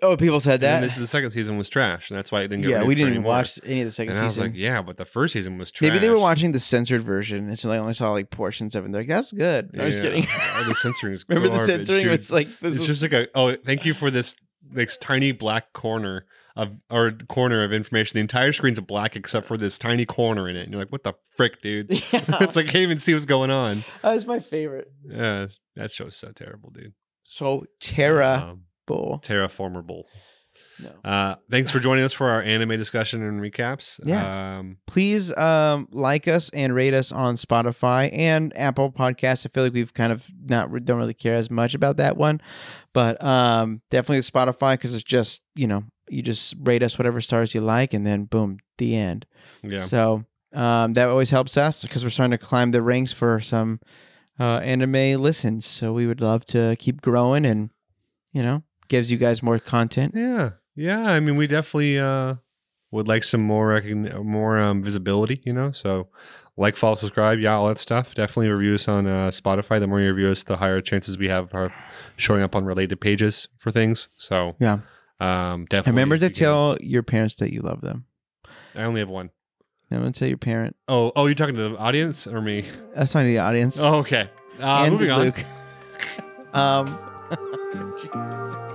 [SPEAKER 2] oh, people
[SPEAKER 1] That
[SPEAKER 2] said that.
[SPEAKER 1] and then this, the second season was trash, and that's why it didn't. Get
[SPEAKER 2] yeah,
[SPEAKER 1] renewed
[SPEAKER 2] we
[SPEAKER 1] for
[SPEAKER 2] didn't even
[SPEAKER 1] anymore.
[SPEAKER 2] watch any of the second
[SPEAKER 1] And I was
[SPEAKER 2] season.
[SPEAKER 1] like, yeah, but the first season was trash.
[SPEAKER 2] Maybe they were watching the censored version, and so they only saw like portions of it. and They're like, "That's good." No, I'm just
[SPEAKER 1] Yeah.
[SPEAKER 2] kidding.
[SPEAKER 1] Oh, the censoring is
[SPEAKER 2] Remember the
[SPEAKER 1] garbage,
[SPEAKER 2] censoring
[SPEAKER 1] dude.
[SPEAKER 2] was like this.
[SPEAKER 1] it's
[SPEAKER 2] is,
[SPEAKER 1] just like a oh thank you for this this tiny black corner of or corner of information the entire screen's black except for this tiny corner in it and you're like what the frick dude
[SPEAKER 2] yeah,
[SPEAKER 1] it's like i can't even see what's going on
[SPEAKER 2] that was my favorite.
[SPEAKER 1] yeah that show's so terrible dude
[SPEAKER 2] So terrible.
[SPEAKER 1] um, terraformable
[SPEAKER 2] No.
[SPEAKER 1] uh thanks for joining us for our anime discussion and recaps
[SPEAKER 2] Yeah.
[SPEAKER 1] um
[SPEAKER 2] Please um, like us and rate us on Spotify and Apple Podcasts. I feel like we've kind of not we don't really care as much about that one, but um, definitely Spotify because it's just you know you just rate us whatever stars you like, and then boom, the end.
[SPEAKER 1] yeah
[SPEAKER 2] So um, that always helps us because we're starting to climb the ranks for some uh, anime listens. So we would love to keep growing and, you know, gives you guys more content.
[SPEAKER 1] yeah yeah i mean we definitely uh would like some more recogn- more um, visibility you know so like follow subscribe yeah all that stuff definitely review us on uh, spotify the more you review us the higher chances we have are showing up on related pages for things so
[SPEAKER 2] Yeah.
[SPEAKER 1] um
[SPEAKER 2] And
[SPEAKER 1] definitely
[SPEAKER 2] remember
[SPEAKER 1] if
[SPEAKER 2] to
[SPEAKER 1] you can-
[SPEAKER 2] tell your parents that you love them.
[SPEAKER 1] i only have one
[SPEAKER 2] I'm going to tell your parent.
[SPEAKER 1] Oh, oh, you're talking to the audience or me?
[SPEAKER 2] That's not the audience.
[SPEAKER 1] Oh, okay. Uh,
[SPEAKER 2] and
[SPEAKER 1] moving on.
[SPEAKER 2] Luke. um, Jesus.